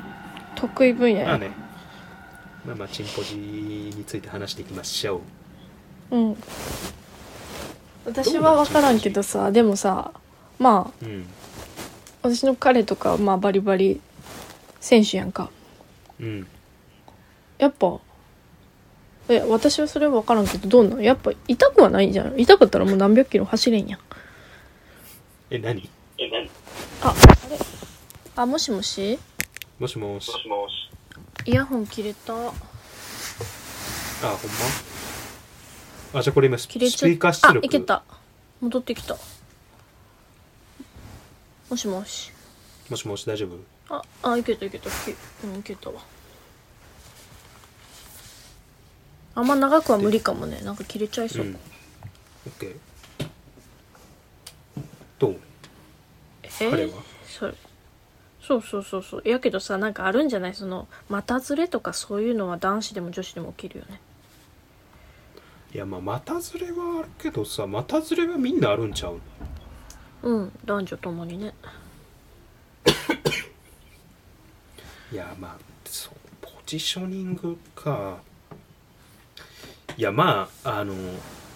[SPEAKER 2] 得意分野
[SPEAKER 1] まあ
[SPEAKER 2] や、
[SPEAKER 1] ねまあまあチンポジについて話していきましょう
[SPEAKER 2] うん私は分からんけどさでもさまあ
[SPEAKER 1] うん
[SPEAKER 2] 私の彼とかまあバリバリ選手やんか
[SPEAKER 1] うん
[SPEAKER 2] やっぱえ私はそれは分からんけどどうなんやっぱ痛くはないじゃん痛かったらもう何百キロ走れんやん
[SPEAKER 1] え何
[SPEAKER 2] ああれあもしもし
[SPEAKER 1] もしもし
[SPEAKER 2] イヤホン切れた
[SPEAKER 1] あほんまあじゃあこれ今ス
[SPEAKER 2] 切
[SPEAKER 1] ピ
[SPEAKER 2] れ
[SPEAKER 1] ス
[SPEAKER 2] ち
[SPEAKER 1] ピ
[SPEAKER 2] ゃ
[SPEAKER 1] ーカー
[SPEAKER 2] っ
[SPEAKER 1] 出
[SPEAKER 2] たあ
[SPEAKER 1] 力
[SPEAKER 2] いけた戻ってきたもしもし
[SPEAKER 1] もしもし大丈夫
[SPEAKER 2] ああいけたいけたきうんいけたわあんま長くは無理かもねなんか切れちゃいそう、
[SPEAKER 1] うん。オッケー。どう
[SPEAKER 2] え
[SPEAKER 1] 彼は
[SPEAKER 2] それそうそうそうそうやけどさなんかあるんじゃないその股ずれとかそういうのは男子でも女子でも起きるよね
[SPEAKER 1] いやまあ股ずれはあるけどさ股ずれはみんなあるんちゃう
[SPEAKER 2] うん男女ともにね
[SPEAKER 1] いやまあそうポジショニングかいやまああの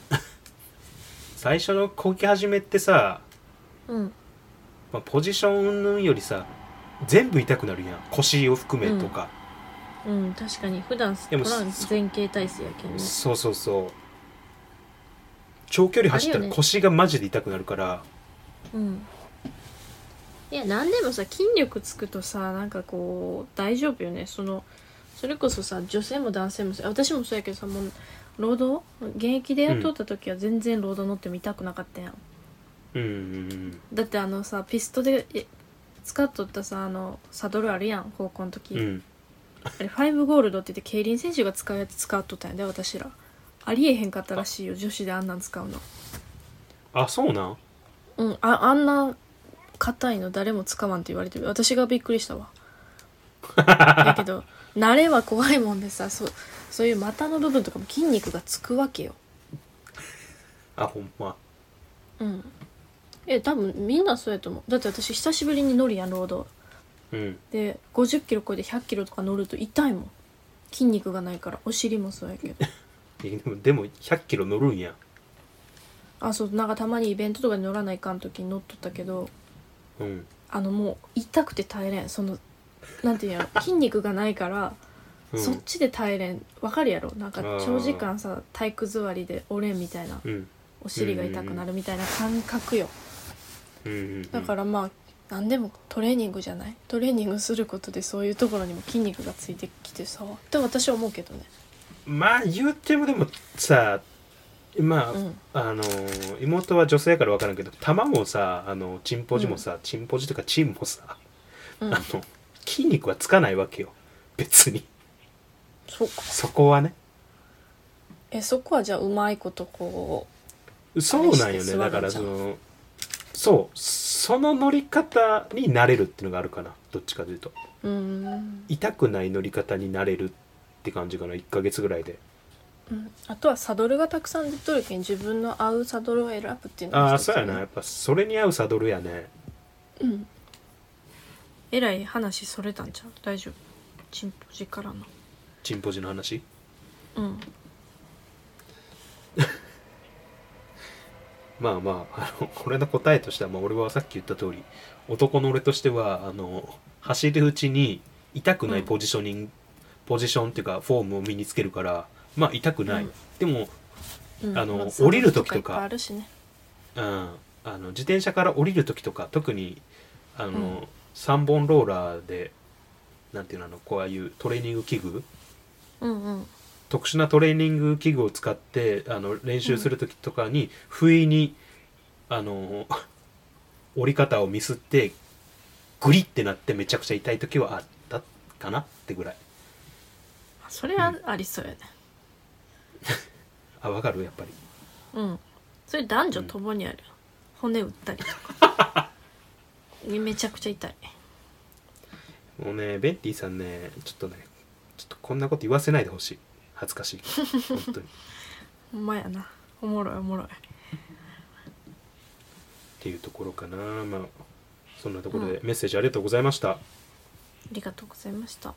[SPEAKER 1] 最初のこき始めってさ、
[SPEAKER 2] うん
[SPEAKER 1] まあ、ポジション云々よりさ全部痛くなるやん腰を含めとか、
[SPEAKER 2] うん確かに普段ト
[SPEAKER 1] で
[SPEAKER 2] ラ
[SPEAKER 1] も
[SPEAKER 2] ン
[SPEAKER 1] そ
[SPEAKER 2] 前傾体勢やけんね
[SPEAKER 1] そうそうそう長距離走った
[SPEAKER 2] ある
[SPEAKER 1] ら
[SPEAKER 2] よね
[SPEAKER 1] 腰がマジで痛くなるから
[SPEAKER 2] うんいや何でもさ筋力つくとさなんかこう大丈夫よねそのそれこそさ女性も男性もさ私もそうやけどさもう労働現役で雇った時は全然労働乗っても痛くなかったやん
[SPEAKER 1] うんうん
[SPEAKER 2] だってあのさピストでえ使っとったさあのサドルあるやん高校の時、
[SPEAKER 1] うんうん
[SPEAKER 2] あれファイブゴールドって言って競輪選手が使うやつ使っとったんやで私らありえへんかったらしいよ女子であんなん使うの
[SPEAKER 1] あそうなん
[SPEAKER 2] うんああんな硬いの誰も使わんって言われてる私がびっくりしたわだけど慣れは怖いもんでさそうそういう股の部分とかも筋肉がつくわけよ
[SPEAKER 1] あほんま
[SPEAKER 2] うんえ多分みんなそうやと思うだって私久しぶりに乗るやんロード
[SPEAKER 1] うん
[SPEAKER 2] で50キロ超えて100キロとか乗ると痛いもん筋肉がないからお尻もそうやけど
[SPEAKER 1] いやでもでも100キロ乗るんや
[SPEAKER 2] あそうなんかたまにイベントとかに乗らないかん時に乗っとったけど
[SPEAKER 1] うん
[SPEAKER 2] あのもう痛くて耐えれんそのなんていうんやろ筋肉がないから、
[SPEAKER 1] うん
[SPEAKER 2] そっちで耐えれんわかるやろなんか長時間さ体育座りで折れんみたいな
[SPEAKER 1] うん
[SPEAKER 2] お尻が痛くなるみたいな感覚よ
[SPEAKER 1] うんうん
[SPEAKER 2] だからまあ何でもトレーニングじゃないトレーニングすることでそういうところにも筋肉がついてきてさって私は思うけどね
[SPEAKER 1] まあ言うてもでもさまあ、
[SPEAKER 2] うん
[SPEAKER 1] あのー妹は女性やから分からんけど玉もさあのチンポジもさ、チンポジとかチンもさ、
[SPEAKER 2] うん
[SPEAKER 1] あの筋肉はつかないわけよ別に
[SPEAKER 2] そうか
[SPEAKER 1] そこはね
[SPEAKER 2] えそこはじゃあうまいことこ
[SPEAKER 1] そうなんよ
[SPEAKER 2] あれし
[SPEAKER 1] ね
[SPEAKER 2] て座るんじゃん
[SPEAKER 1] だからそのそうその乗り方になれるっていうのがあるかなどっちかというと
[SPEAKER 2] ううん、
[SPEAKER 1] 痛くない乗り方になれるって感じかな1ヶ月ぐらいで
[SPEAKER 2] うん、あとはサドルがたくさん出とるけん自分の合うサドルを選ぶっていうの
[SPEAKER 1] ああ
[SPEAKER 2] 一つね
[SPEAKER 1] そうやなやっぱそれに合うサドルやね
[SPEAKER 2] うんえらい話それたんちゃう大丈夫チンポジからの
[SPEAKER 1] チンポジの話
[SPEAKER 2] うん
[SPEAKER 1] まあまあ、あの、俺の答えとしては、まあ俺はさっき言った通り、男の俺としては、あの、走るうちに痛くないポジショニング、ポジションっていうか、フォームを身につけるから、まあ痛くない。
[SPEAKER 2] うん
[SPEAKER 1] でも、
[SPEAKER 2] うん
[SPEAKER 1] あの
[SPEAKER 2] まサドル
[SPEAKER 1] 降りる時とか
[SPEAKER 2] いっぱいあるしね
[SPEAKER 1] うん、あの、自転車から降りる時とか、特に、あの、
[SPEAKER 2] うん
[SPEAKER 1] 3本ローラーで、なんていうの、あの、こういうトレーニング器具、
[SPEAKER 2] うんうん
[SPEAKER 1] 特殊なトレーニング器具を使ってあの練習する時とかに不意に、あの 折り方をミスってグリってなってめちゃくちゃ痛い時はあったかなってぐらい
[SPEAKER 2] それはありそうやね
[SPEAKER 1] あわかるやっぱり
[SPEAKER 2] うんそれ男女ともにあるよ、骨打ったりとかにめちゃくちゃ 痛い
[SPEAKER 1] もうねベンティさんねちょっとねちょっとこんなこと言わせないでほしい恥ずかしい本当にっ
[SPEAKER 2] ほんまやなおもろいおもろい
[SPEAKER 1] ていうところかなまあそんなところでメッセージありがとうございました、い
[SPEAKER 2] ありがとうございました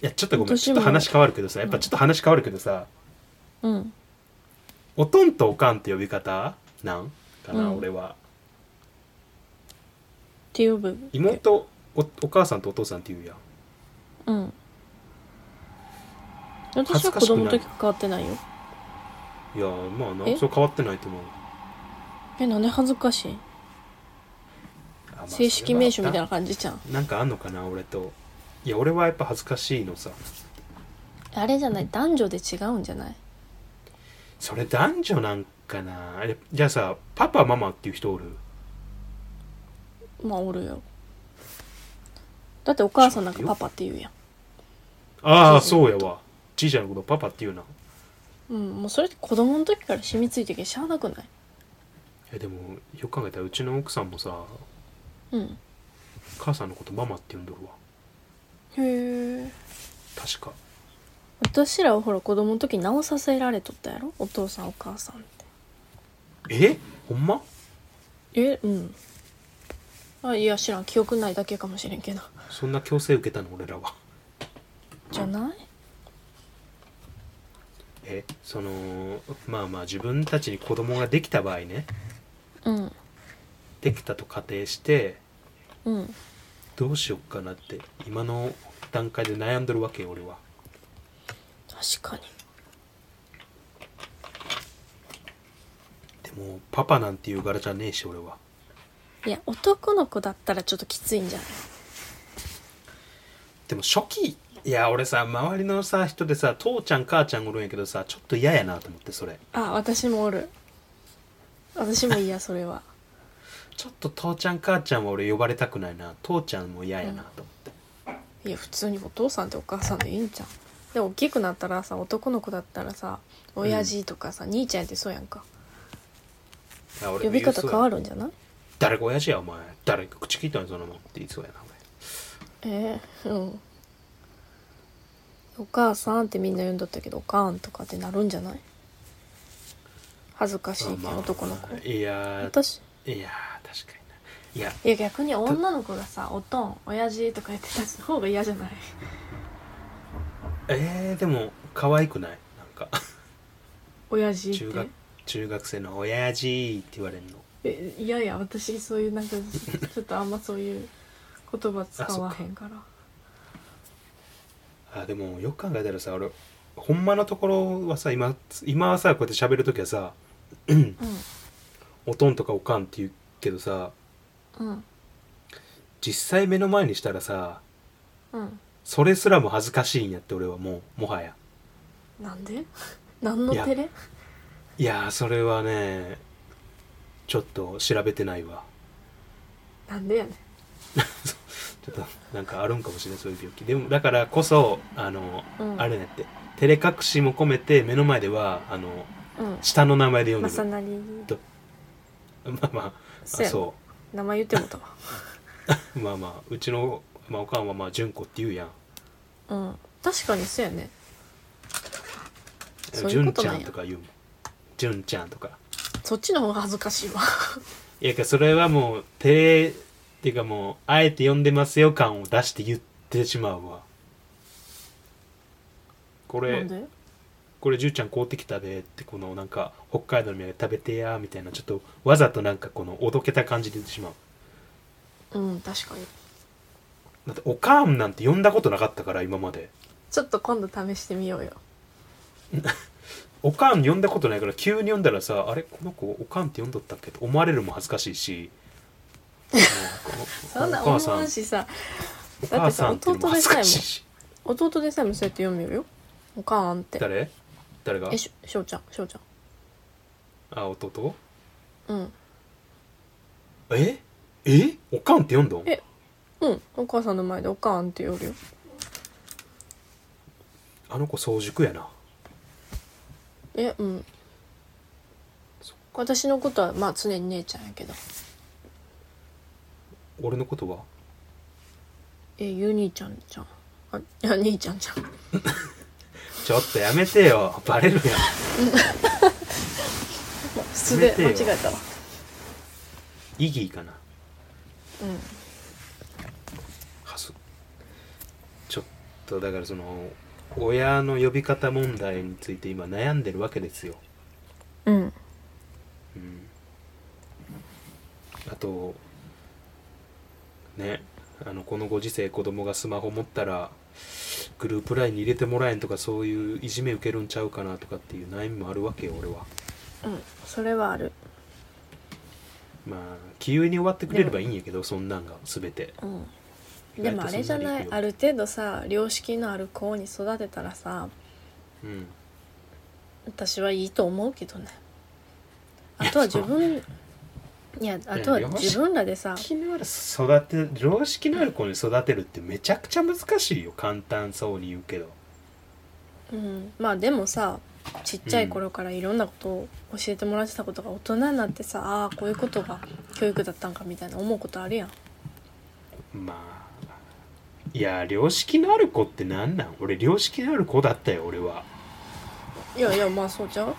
[SPEAKER 1] やちょっとごめん
[SPEAKER 2] 私
[SPEAKER 1] ちょ
[SPEAKER 2] も
[SPEAKER 1] っと話変わるけどさやっぱちょっと話変わるけどさ、
[SPEAKER 2] うん
[SPEAKER 1] おとんとおかんって呼び方なんかな、
[SPEAKER 2] うん
[SPEAKER 1] 俺は
[SPEAKER 2] っていう部分
[SPEAKER 1] 妹おお母さんとお父さんって言うやん
[SPEAKER 2] うん
[SPEAKER 1] 恥
[SPEAKER 2] 私
[SPEAKER 1] ず
[SPEAKER 2] は
[SPEAKER 1] か
[SPEAKER 2] 子
[SPEAKER 1] しくない
[SPEAKER 2] 供の時変わってないよ
[SPEAKER 1] いやまあな
[SPEAKER 2] え
[SPEAKER 1] それ変わってないと思う
[SPEAKER 2] えなんで恥ずかしい
[SPEAKER 1] あまあ
[SPEAKER 2] 正式名称みたいな
[SPEAKER 1] そ
[SPEAKER 2] 感じじゃん
[SPEAKER 1] れはなんかあんのかな俺といや俺はやっぱ恥ずかしいのさ
[SPEAKER 2] あれじゃない男女で違うんじゃない
[SPEAKER 1] それ男女なんかなあれじゃあさパパママっていう人おる
[SPEAKER 2] まあおるよだってお母さんなんかパパって言うや
[SPEAKER 1] ああ
[SPEAKER 2] そ
[SPEAKER 1] そ
[SPEAKER 2] う
[SPEAKER 1] うやわじいちゃんのことパパって言うなん
[SPEAKER 2] うんもうそれって子供の時から染みついてきてしゃあなくない
[SPEAKER 1] えでもよく考えたらうちの奥さんもさ
[SPEAKER 2] うん
[SPEAKER 1] 母さんのことママって呼んどるわ
[SPEAKER 2] へえ
[SPEAKER 1] 確か
[SPEAKER 2] 私らはほら子供の時直させられとったやろお父さんお母さんって
[SPEAKER 1] えほんま
[SPEAKER 2] えうんあいや知らん記憶ないだけかもしれんけど
[SPEAKER 1] そんな強制受けたの俺らは
[SPEAKER 2] じゃない
[SPEAKER 1] えそのまあまあ自分たちに子供ができた場合ね
[SPEAKER 2] うん
[SPEAKER 1] できたと仮定して
[SPEAKER 2] うん
[SPEAKER 1] どうしよっかなって今の段階で悩んどるわけよ俺は
[SPEAKER 2] 確かに
[SPEAKER 1] でもパパなんていう柄じゃねえし俺はい
[SPEAKER 2] や男の子だったらちょっときついんじゃない
[SPEAKER 1] でも初期いや俺さ周りのさ人でさ父ちゃん母ちゃんおるんやけどさちょっと嫌やなと思ってそれ
[SPEAKER 2] あ私もおる私も嫌それは
[SPEAKER 1] ちょっと父ちゃん母ちゃんは俺呼ばれたくないな父ちゃんも嫌やなと思って、
[SPEAKER 2] いや普通にお父さんってお母さんでいいんじゃんで大きくなったらさ男の子だったらさ親父とかさ、兄ちゃんってそうやんか
[SPEAKER 1] あ俺
[SPEAKER 2] 呼び方変わ
[SPEAKER 1] る
[SPEAKER 2] るんじゃない
[SPEAKER 1] 誰が親父やお前誰か口聞いたんやそんなもんって言いそうやな
[SPEAKER 2] ええうんお母さんってみんな呼んだったけどおかんとかってなるんじゃない恥ずかしい
[SPEAKER 1] 俺
[SPEAKER 2] けど、男の子
[SPEAKER 1] いやー
[SPEAKER 2] 私
[SPEAKER 1] いやー確かにないや
[SPEAKER 2] いや逆に女の子がさおとん親父とか言ってた方が嫌じ ゃない
[SPEAKER 1] えー、でも可愛くないなんか
[SPEAKER 2] 親父って
[SPEAKER 1] 中学中学生の親父って言われるの
[SPEAKER 2] えいやいや私そういうなんかちょっとあんまそういう言葉使わへんから
[SPEAKER 1] あでもよく考えたらさ俺ほんまのところはさ今今はさこうやって喋る時はさ おとんとかおかんって言うけどさ
[SPEAKER 2] うんうん
[SPEAKER 1] 実際目の前にしたらさ
[SPEAKER 2] うん
[SPEAKER 1] それすらも恥ずかしいんやって俺はもうもはや
[SPEAKER 2] なんで 何の
[SPEAKER 1] いや
[SPEAKER 2] 照れ
[SPEAKER 1] いやーそれはねちょっと調べてないわ
[SPEAKER 2] なんでやねん
[SPEAKER 1] ちょっとなんかあるんかもしれないそういう病気でもだからこそあの、
[SPEAKER 2] うん
[SPEAKER 1] あれねって照れ隠しも込めて目の前ではあの
[SPEAKER 2] う
[SPEAKER 1] 下の名前で
[SPEAKER 2] ん
[SPEAKER 1] 呼ん
[SPEAKER 2] ま
[SPEAKER 1] で
[SPEAKER 2] さ
[SPEAKER 1] る、
[SPEAKER 2] なり
[SPEAKER 1] まあまあ
[SPEAKER 2] そう
[SPEAKER 1] あ
[SPEAKER 2] や
[SPEAKER 1] そ
[SPEAKER 2] 名前言ってもうたわ
[SPEAKER 1] うまあまあうちの、まあ、おかんはまあ純子って言うやん
[SPEAKER 2] うん確かにそうやねそういう
[SPEAKER 1] 純
[SPEAKER 2] こと
[SPEAKER 1] ちゃ
[SPEAKER 2] なん
[SPEAKER 1] ん
[SPEAKER 2] や
[SPEAKER 1] とか言うもん純ちゃんとか
[SPEAKER 2] そっちの方が恥ずかしいわ
[SPEAKER 1] いやそれはもう照れっていうかもうあえて呼んでますよ感を出して言ってしまうわこ
[SPEAKER 2] な
[SPEAKER 1] れ
[SPEAKER 2] んで
[SPEAKER 1] これじゅうちゃん買うてきたでってこのなんか北海道の土産食べてやみたいなちょっとわざとなんかこのおどけた感じで言ってしまう
[SPEAKER 2] うん確かに
[SPEAKER 1] だっておかんなんて呼んだことなかったから今まで
[SPEAKER 2] ちょっと今度試してみようよ
[SPEAKER 1] おかん呼んだことないから急に呼んだらさあれこの子おかんって呼んどったっけと思われるのも恥ずかしい しもうこの
[SPEAKER 2] そんな
[SPEAKER 1] お
[SPEAKER 2] 思
[SPEAKER 1] 母さ
[SPEAKER 2] わ
[SPEAKER 1] ん
[SPEAKER 2] んしさ
[SPEAKER 1] お
[SPEAKER 2] だって
[SPEAKER 1] 母
[SPEAKER 2] さ
[SPEAKER 1] さんっていうのも
[SPEAKER 2] 弟で
[SPEAKER 1] 恥ず
[SPEAKER 2] さえ
[SPEAKER 1] か
[SPEAKER 2] も
[SPEAKER 1] しいし
[SPEAKER 2] 弟でさえもそうやって読むよよおかんって
[SPEAKER 1] 誰誰が
[SPEAKER 2] えしょしょうちゃんしょうちゃん
[SPEAKER 1] あ弟
[SPEAKER 2] うん
[SPEAKER 1] ええおかんって呼んどん
[SPEAKER 2] えうんお母さんの前で「おかん」って呼ぶよ
[SPEAKER 1] あの子早熟やな
[SPEAKER 2] えうん私のことはまあ常に姉ちゃんやけど
[SPEAKER 1] 俺のことは
[SPEAKER 2] えゆう兄ちゃんじゃんあいや兄ちゃんじゃん
[SPEAKER 1] ちょっとやめてよバレるやん
[SPEAKER 2] 素で間
[SPEAKER 1] やめてよ
[SPEAKER 2] 違えたわ
[SPEAKER 1] イギーかな
[SPEAKER 2] うん
[SPEAKER 1] はずちょっとだからその親の呼び方問題について今悩んでるわけですよ
[SPEAKER 2] うん
[SPEAKER 1] あとねあのこのご時世子供がスマホ持ったらグループ LINE に入れてもらえんとかそういういじめ受けるんちゃうかなとかっていう悩みもあるわけよ俺は
[SPEAKER 2] うんそれはある
[SPEAKER 1] まあ気憂に終わってくれればいいんやけどそんなんが全て
[SPEAKER 2] うん
[SPEAKER 1] 意
[SPEAKER 2] で
[SPEAKER 1] 外と
[SPEAKER 2] もあれじゃ
[SPEAKER 1] そんな
[SPEAKER 2] な
[SPEAKER 1] にい
[SPEAKER 2] い
[SPEAKER 1] くよ
[SPEAKER 2] ある程度さ良識のある子に育てたらさ
[SPEAKER 1] うん
[SPEAKER 2] 私はいいと思うけどねあとは自分いやあとは自分らでさ
[SPEAKER 1] 識のある育て常識のある子に育てるってめちゃくちゃ難しいよ簡単そうに言うけど
[SPEAKER 2] うん、まあでもさちっちゃい頃からいろんなことを教えてもらってたことが大人になってさ、ああこういうことが教育だったんかみたいな思うことあるやん
[SPEAKER 1] まあいや良識のある子ってなんなん俺良識のある子だったよ俺はい
[SPEAKER 2] やいやまあそうじゃう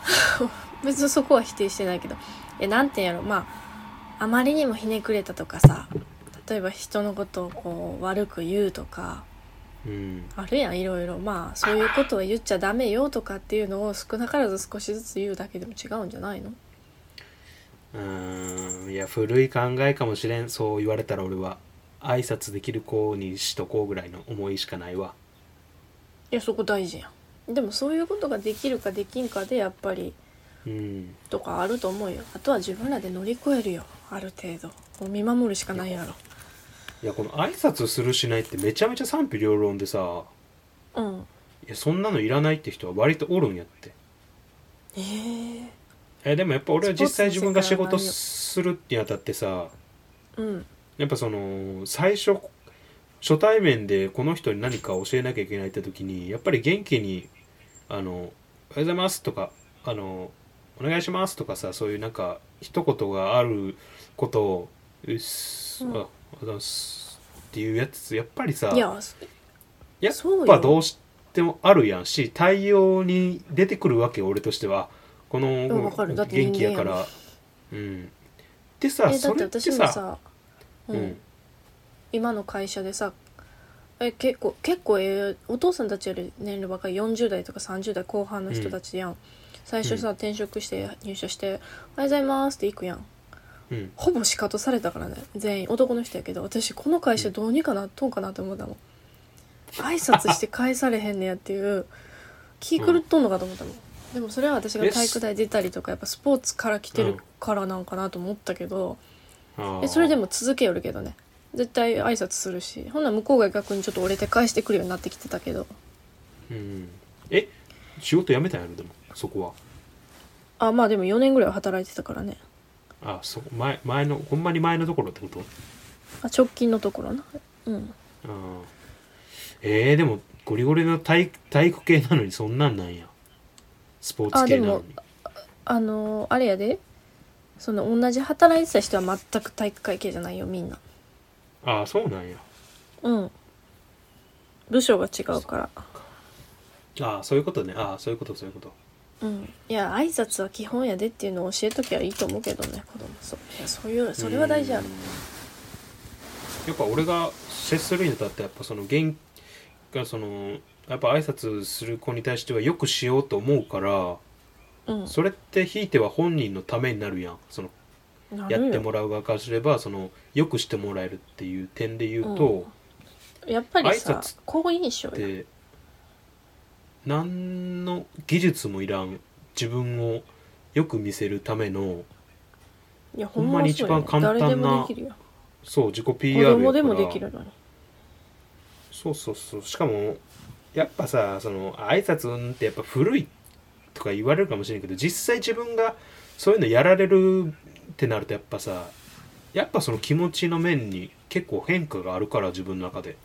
[SPEAKER 2] 別にそこは否定してないけどいやなんていうんやろまああまりにもひねくれたとかさ例えば人のことをこう悪く言うとか
[SPEAKER 1] うん
[SPEAKER 2] あるやんいろいろまあそういうことを言っちゃダメよとかっていうのを少なからず少しずつ言うだけでも違うんじゃないの
[SPEAKER 1] うーんいや古い考えかもしれんそう言われたら俺は挨拶できる子にしとこうぐらいの思いしかないわ
[SPEAKER 2] いやそこ大事やんでもそういうことができるかできんかでやっぱり
[SPEAKER 1] うん
[SPEAKER 2] とかあると思うよあとは自分らで乗り越えるよある程度こう見守るしかないやろ
[SPEAKER 1] いやこの挨拶するしないってめちゃめちゃ賛否両論でさ
[SPEAKER 2] うん
[SPEAKER 1] いやそんなのいらないって人は割とおるんやって
[SPEAKER 2] ええ
[SPEAKER 1] えでもやっぱ俺は実際
[SPEAKER 2] ス
[SPEAKER 1] 自
[SPEAKER 2] ポーツの
[SPEAKER 1] 分が仕
[SPEAKER 2] 世界はないよ
[SPEAKER 1] 事するってあたってさ
[SPEAKER 2] うん
[SPEAKER 1] やっぱその最初初対面でこの人に何か教えなきゃいけないって時にやっぱり元気に「あのおはようございます」とか「あのお願いします」とかさそういうなんか一言があることを「うっす、
[SPEAKER 2] うん
[SPEAKER 1] あおはようございます」っていうやつやっぱりさ
[SPEAKER 2] いやそ
[SPEAKER 1] やっ
[SPEAKER 2] そう
[SPEAKER 1] ぱ
[SPEAKER 2] よ
[SPEAKER 1] どうしてもあるやんし対応に出てくるわけよ俺としてはこの
[SPEAKER 2] うんわかるだって
[SPEAKER 1] 元気やか
[SPEAKER 2] 人間や
[SPEAKER 1] らうんでさ
[SPEAKER 2] えだ
[SPEAKER 1] そ
[SPEAKER 2] って
[SPEAKER 1] れって
[SPEAKER 2] 私も
[SPEAKER 1] さ
[SPEAKER 2] さ、
[SPEAKER 1] う
[SPEAKER 2] うんん、今の会社でさえ結構結構ええお父さんたちより年齢若い40代とか30代後半の人たちやん、最初さ転職して入社して「おはようございます」って行くやん
[SPEAKER 1] うん
[SPEAKER 2] ほぼ仕方されたからね全員男の人やけど私この会社どうにかなっとんかなって思ったもん挨拶して返されへんねやっていう気狂っとんのかと思ったもん、でもそれは私が体育大出たりとかやっぱスポーツから来てるからなんかなと思ったけど、
[SPEAKER 1] あー
[SPEAKER 2] えそれでも続けよるけどね絶対挨拶するしほんなら向こうが逆にちょっと折れて返してくるようになってきてたけど
[SPEAKER 1] うんえ仕事辞めたんやろでもそこは
[SPEAKER 2] あまあでも4年ぐらいは働いてたからね
[SPEAKER 1] あそこ前前のほんまに前のところってこと
[SPEAKER 2] あ直近のところなうん
[SPEAKER 1] あーえー、でもゴリゴリの体体育系なのにそんなんなんやスポーツ系なのに
[SPEAKER 2] あのーあれやでその同じ働いてた人は全く体育会系じゃないよみんな
[SPEAKER 1] ああーそうなんや
[SPEAKER 2] うん部署が違うから
[SPEAKER 1] ああそういうことねああそういうことそういうこと
[SPEAKER 2] うんいや挨拶は基本やでっていうのを教えときゃいいと思うけどね子供そういやそういうそれは大事やろ
[SPEAKER 1] うんやっぱ俺が接するにあたってやっぱその元がそのやっぱ挨拶する子に対してはよくしようと思うから
[SPEAKER 2] うん
[SPEAKER 1] それってひいては本人のためになるやんその
[SPEAKER 2] な
[SPEAKER 1] やっ
[SPEAKER 2] る
[SPEAKER 1] て
[SPEAKER 2] よ
[SPEAKER 1] もらう側からすればそのよくしてもらえるっていう点で言うと、
[SPEAKER 2] やっぱりさ
[SPEAKER 1] 挨拶って
[SPEAKER 2] 好印象や
[SPEAKER 1] で何の技術もいらん自分をよく見せるための
[SPEAKER 2] いやほ
[SPEAKER 1] ほ
[SPEAKER 2] ん
[SPEAKER 1] ん
[SPEAKER 2] ま
[SPEAKER 1] まに
[SPEAKER 2] に一
[SPEAKER 1] 一番
[SPEAKER 2] 番簡
[SPEAKER 1] 簡単
[SPEAKER 2] 単
[SPEAKER 1] な
[SPEAKER 2] な誰でもできるよ
[SPEAKER 1] そう自己 PR や
[SPEAKER 2] 子
[SPEAKER 1] から
[SPEAKER 2] 供でもできるのに
[SPEAKER 1] そうそうそうしかもやっぱさその挨拶うんってやっぱ古いとか言われるかもしれんけど実際自分がそういうのやられるってなるとやっぱさやっぱその気持ちの面に結構変化があるから自分の中で、
[SPEAKER 2] うん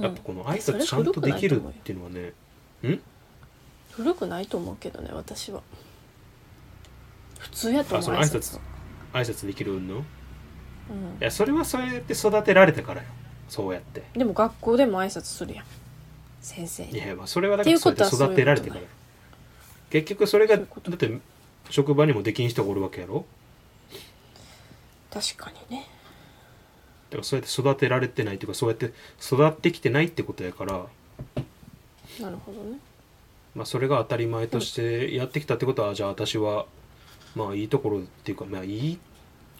[SPEAKER 1] やっぱこの挨拶ちゃんとできるっていうのはね
[SPEAKER 2] 古くないと思うけどね私は普通やと
[SPEAKER 1] あ
[SPEAKER 2] 思
[SPEAKER 1] そうの挨拶
[SPEAKER 2] は
[SPEAKER 1] 挨拶できるのい
[SPEAKER 2] うん
[SPEAKER 1] やそれはそうやって育てられたからよそうやって
[SPEAKER 2] でも学校でも挨拶するやん先生
[SPEAKER 1] い
[SPEAKER 2] に
[SPEAKER 1] やまあそれはだから
[SPEAKER 2] って
[SPEAKER 1] そ
[SPEAKER 2] いううこと
[SPEAKER 1] や
[SPEAKER 2] は
[SPEAKER 1] って育てられてから結局それが
[SPEAKER 2] そ
[SPEAKER 1] だ
[SPEAKER 2] ういうこと
[SPEAKER 1] って職場にもできん人がおるわけやろ
[SPEAKER 2] 確かにね
[SPEAKER 1] だからそうやって育てられてないというかそうやって育ってきてないってことやから、
[SPEAKER 2] なるほどね
[SPEAKER 1] まあ、それが当たり前としてやってきたってことはじゃあ私はまあいいところっていうかまあいい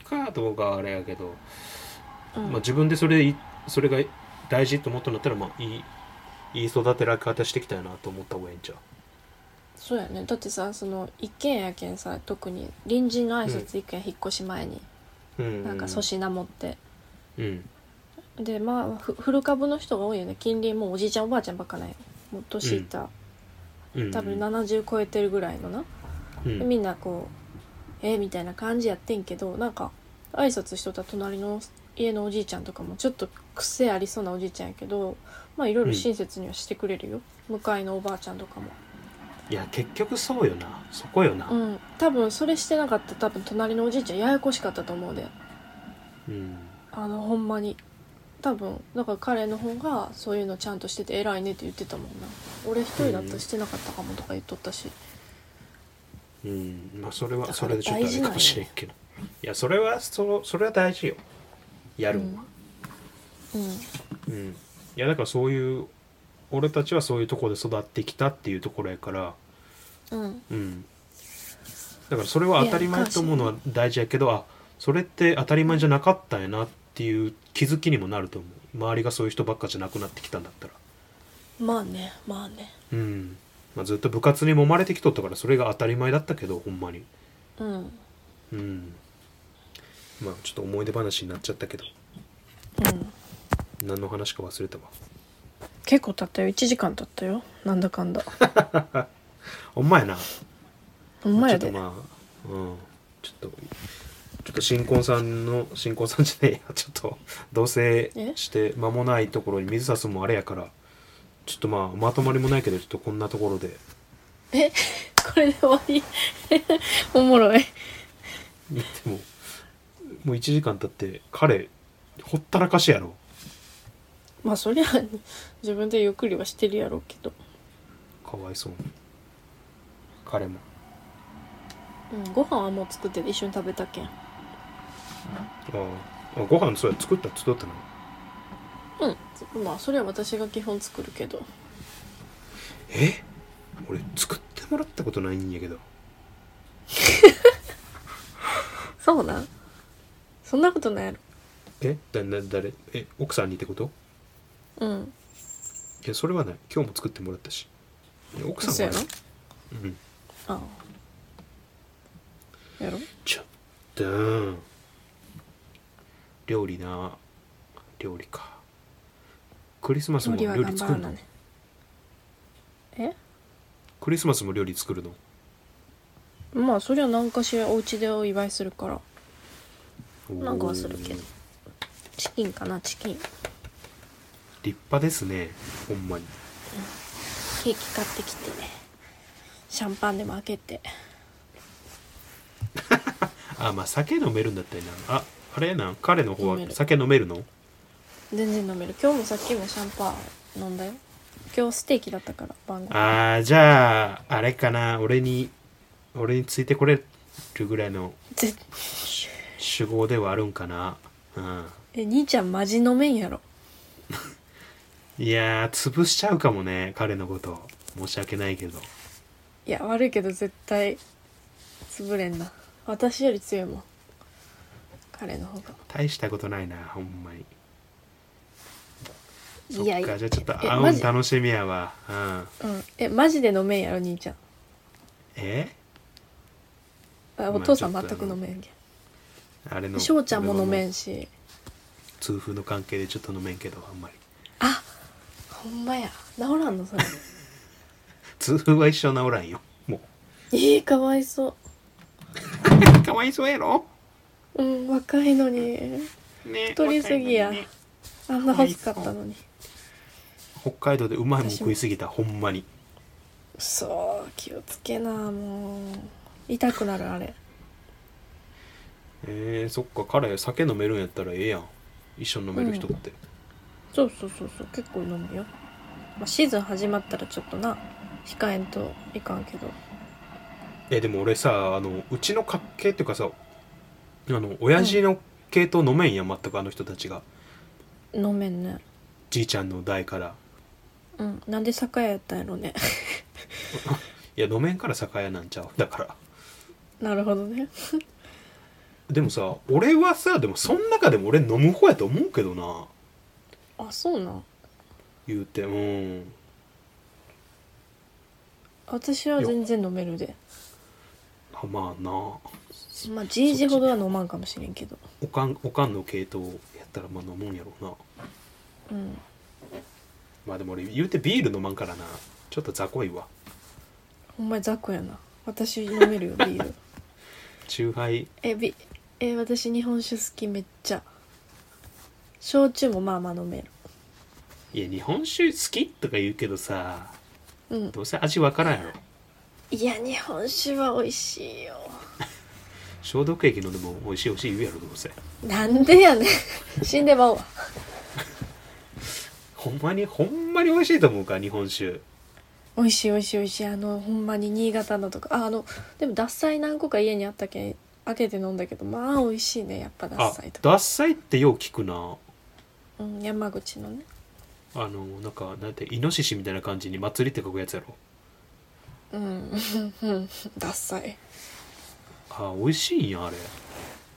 [SPEAKER 1] かどうかはあれやけど、
[SPEAKER 2] うん、
[SPEAKER 1] まあ、自分でそれいそれが大事と思ったんだったらまあいいいい育てられ方してきたよなと思った方がいいんちゃう
[SPEAKER 2] そうやねだってさその一軒やけんさ特に隣人の挨拶一軒引っ越し前に、
[SPEAKER 1] うん
[SPEAKER 2] なんか粗品持って
[SPEAKER 1] うん
[SPEAKER 2] でまあふ古株の人が多いよね近隣もうおじいちゃんおばあちゃんばっかないもう年いっ
[SPEAKER 1] う
[SPEAKER 2] た、
[SPEAKER 1] ん
[SPEAKER 2] 多分70超えてるぐらいのな、
[SPEAKER 1] う
[SPEAKER 2] で
[SPEAKER 1] ん
[SPEAKER 2] みんなこう「えみたいな感じやってんけどなんか挨拶しとった隣の家のおじいちゃんとかもちょっと癖ありそうなおじいちゃんやけどまあいろいろ親切にはしてくれるよ、向かいのおばあちゃんとかも
[SPEAKER 1] いや結局そうよなそこよな
[SPEAKER 2] う、ん多分それしてなかったら多分隣のおじいちゃんややこしかったと思うで
[SPEAKER 1] うん
[SPEAKER 2] あのほんまに多分だから彼の方がそういうのちゃんとしてて偉いねって言ってたもんな俺一人だったらしてなかったかもとか言っとったし、
[SPEAKER 1] うんまあそれは
[SPEAKER 2] だ
[SPEAKER 1] そ
[SPEAKER 2] から
[SPEAKER 1] れでちょっとあれかもしれんけどいやそれはそそれは大事よやる
[SPEAKER 2] うんん
[SPEAKER 1] は、
[SPEAKER 2] うん
[SPEAKER 1] うんいやだからそういう俺たちはそういうとこで育ってきたっていうところやから
[SPEAKER 2] うん
[SPEAKER 1] うんだからそれは当たり前と思うのは大事やけどあそれって当たり前じゃなかったんやなっていう気づきにもなると思う周りがそういう人ばっかじゃなくなってきたんだったら
[SPEAKER 4] まあねまあね
[SPEAKER 1] うん、まあ、ずっと部活に揉まれてきとったからそれが当たり前だったけどほんまに
[SPEAKER 2] うん
[SPEAKER 1] うんまあちょっと思い出話になっちゃったけど
[SPEAKER 2] うん
[SPEAKER 1] 何の話か忘れたわ
[SPEAKER 2] 結構経ったよ1時間経ったよなんだかんだ
[SPEAKER 1] ほんまやな
[SPEAKER 2] ほんまや
[SPEAKER 1] ちょっ
[SPEAKER 2] で、
[SPEAKER 1] とまあうんちょっとちょっと新婚さんの新婚さんじゃねえやちょっと同棲して間もないところに水差すのもあれやからちょっとまあまとまりもないけどちょっとこんなところで
[SPEAKER 2] えこれで終わり おもろい
[SPEAKER 1] 言ってももう1時間経って彼ほったらかしやろ
[SPEAKER 2] まあそりゃ自分でゆっくりはしてるやろうけど、
[SPEAKER 1] かわいそうに彼も
[SPEAKER 2] うん、ご飯はもう作ってて一緒に食べたけん
[SPEAKER 1] あああご飯そうや作ったっつっとったな
[SPEAKER 2] うんまあそれは私が基本作るけど
[SPEAKER 1] え俺作ってもらったことないんやけど
[SPEAKER 2] そうなんそんなことないやろ
[SPEAKER 1] えだだ誰え奥さんにってこと
[SPEAKER 2] うん
[SPEAKER 1] いやそれはない今日も作ってもらったしいや奥さ
[SPEAKER 2] そうんや
[SPEAKER 1] は
[SPEAKER 2] ろ
[SPEAKER 1] ねうん
[SPEAKER 2] ああやろ
[SPEAKER 1] ちょっとうん料理な料理かクリスマスも
[SPEAKER 2] 森は
[SPEAKER 1] 料
[SPEAKER 2] 頑
[SPEAKER 1] 理
[SPEAKER 2] 張
[SPEAKER 1] 作
[SPEAKER 2] ら
[SPEAKER 1] る
[SPEAKER 2] な
[SPEAKER 1] の
[SPEAKER 2] ねえ
[SPEAKER 1] クリスマスも料理作るの
[SPEAKER 2] まあそりゃ何かしらお家でお祝いするからなんかはするけど
[SPEAKER 1] おー
[SPEAKER 2] チキンかなチキンケ
[SPEAKER 1] 立派ですねほんまに
[SPEAKER 2] ーキ買ってきてねシャンパンでも開けて
[SPEAKER 1] あまあ酒飲めるんだったりなああれやな彼の方は
[SPEAKER 2] 飲める
[SPEAKER 1] 酒飲めるの
[SPEAKER 2] 全然飲める今日もさっきもシャンパン飲んだよ今日ステーキだったから晩ご飯
[SPEAKER 1] あーじゃああれかな俺に俺についてこれるぐらいの
[SPEAKER 2] ぜ
[SPEAKER 1] 主語ではあるんかなうん
[SPEAKER 2] え兄ちゃんマジ飲めんやろ
[SPEAKER 1] いやー潰しちゃうかもね彼のこと申し訳ないけど
[SPEAKER 2] いや悪いけど絶対潰れんな私より強いもん彼の方が
[SPEAKER 1] 大したことないなほんまにそっ
[SPEAKER 2] いやいや
[SPEAKER 1] かじゃあちょっと
[SPEAKER 2] え
[SPEAKER 1] 会
[SPEAKER 2] マ
[SPEAKER 1] うん
[SPEAKER 2] ジ
[SPEAKER 1] 楽しみやわうん
[SPEAKER 2] うんえマジで飲めんやろ兄ちゃん
[SPEAKER 1] え
[SPEAKER 2] あ
[SPEAKER 1] まあ
[SPEAKER 2] お父さん
[SPEAKER 1] ちょ
[SPEAKER 2] 全
[SPEAKER 1] っと
[SPEAKER 2] く飲めんけ
[SPEAKER 1] あれの
[SPEAKER 2] ん翔ちゃんも飲め
[SPEAKER 1] 俺は
[SPEAKER 2] んし
[SPEAKER 1] う痛風の関係でちょっと飲めんけどあんまり
[SPEAKER 2] あほんまや治らんのそれ
[SPEAKER 1] 痛風は一生治らんよも
[SPEAKER 2] ええかわいそう
[SPEAKER 1] かわいそうやろ
[SPEAKER 2] ううん若いのに
[SPEAKER 1] ね
[SPEAKER 2] 太りすぎや
[SPEAKER 1] 若いのにね
[SPEAKER 2] あんな欲しかったのに
[SPEAKER 1] 北海道でうまいもん食いすぎたほんまに
[SPEAKER 2] そう気をつけなもう痛くなるあれ
[SPEAKER 1] えー、そっか彼酒飲めるんやったらええやん一緒に飲める人って、
[SPEAKER 2] そうそうそうそう結構飲むよ、まあ、シーズン始まったらちょっとな控えんといかんけど
[SPEAKER 1] えでも俺さあのうちの家系っていうかさあの親父の系統飲めんやん全くあの人たちが
[SPEAKER 2] 飲めんね
[SPEAKER 1] じいちゃんの代から
[SPEAKER 2] うんなんで酒屋やったんやろね
[SPEAKER 1] いや飲めんから酒屋なんちゃうだから
[SPEAKER 2] なるほどね
[SPEAKER 1] でもさ俺はさでもそん中でも俺飲む方やと思うけどな
[SPEAKER 2] あそうなん
[SPEAKER 1] 言うてうん
[SPEAKER 2] 私は全然飲めるで
[SPEAKER 1] あまあな
[SPEAKER 2] まあじいじほどは飲まんかもしれんけど
[SPEAKER 1] おかんおかんの系統やったらまあ飲むんやろうな
[SPEAKER 2] うん
[SPEAKER 1] まあでも俺言うてビール飲まんからなちょっと雑魚いわ
[SPEAKER 2] ほんまに雑魚やな私飲めるよビール
[SPEAKER 1] 酎ハイ
[SPEAKER 2] えビえ私日本酒好きめっちゃ焼酎もまあまあ飲める
[SPEAKER 1] いや日本酒好きとか言うけどさ
[SPEAKER 2] うん
[SPEAKER 1] どうせ味わからんやろ
[SPEAKER 2] いや日本酒は美味しいよ
[SPEAKER 1] 消毒液飲んでも美味しい美味しい言うやろどうせ
[SPEAKER 2] なんでやね ん死んでまうわ
[SPEAKER 1] ほんまにほんまに美味しいと思うか日本酒
[SPEAKER 2] 美味しい美味しい美味しいあのほんまに新潟のとかああのでも獺祭何個か家にあったけん開けて飲んだけどまあ美味しいねやっぱ
[SPEAKER 1] あ
[SPEAKER 2] 獺祭とか、
[SPEAKER 1] 獺祭ってよう聞くな
[SPEAKER 2] うん、山口のね
[SPEAKER 1] あのなんかなんてイノシシみたいな感じに祭りって書くやつやろ
[SPEAKER 2] うん うん獺祭
[SPEAKER 1] あ美味しいんやあれ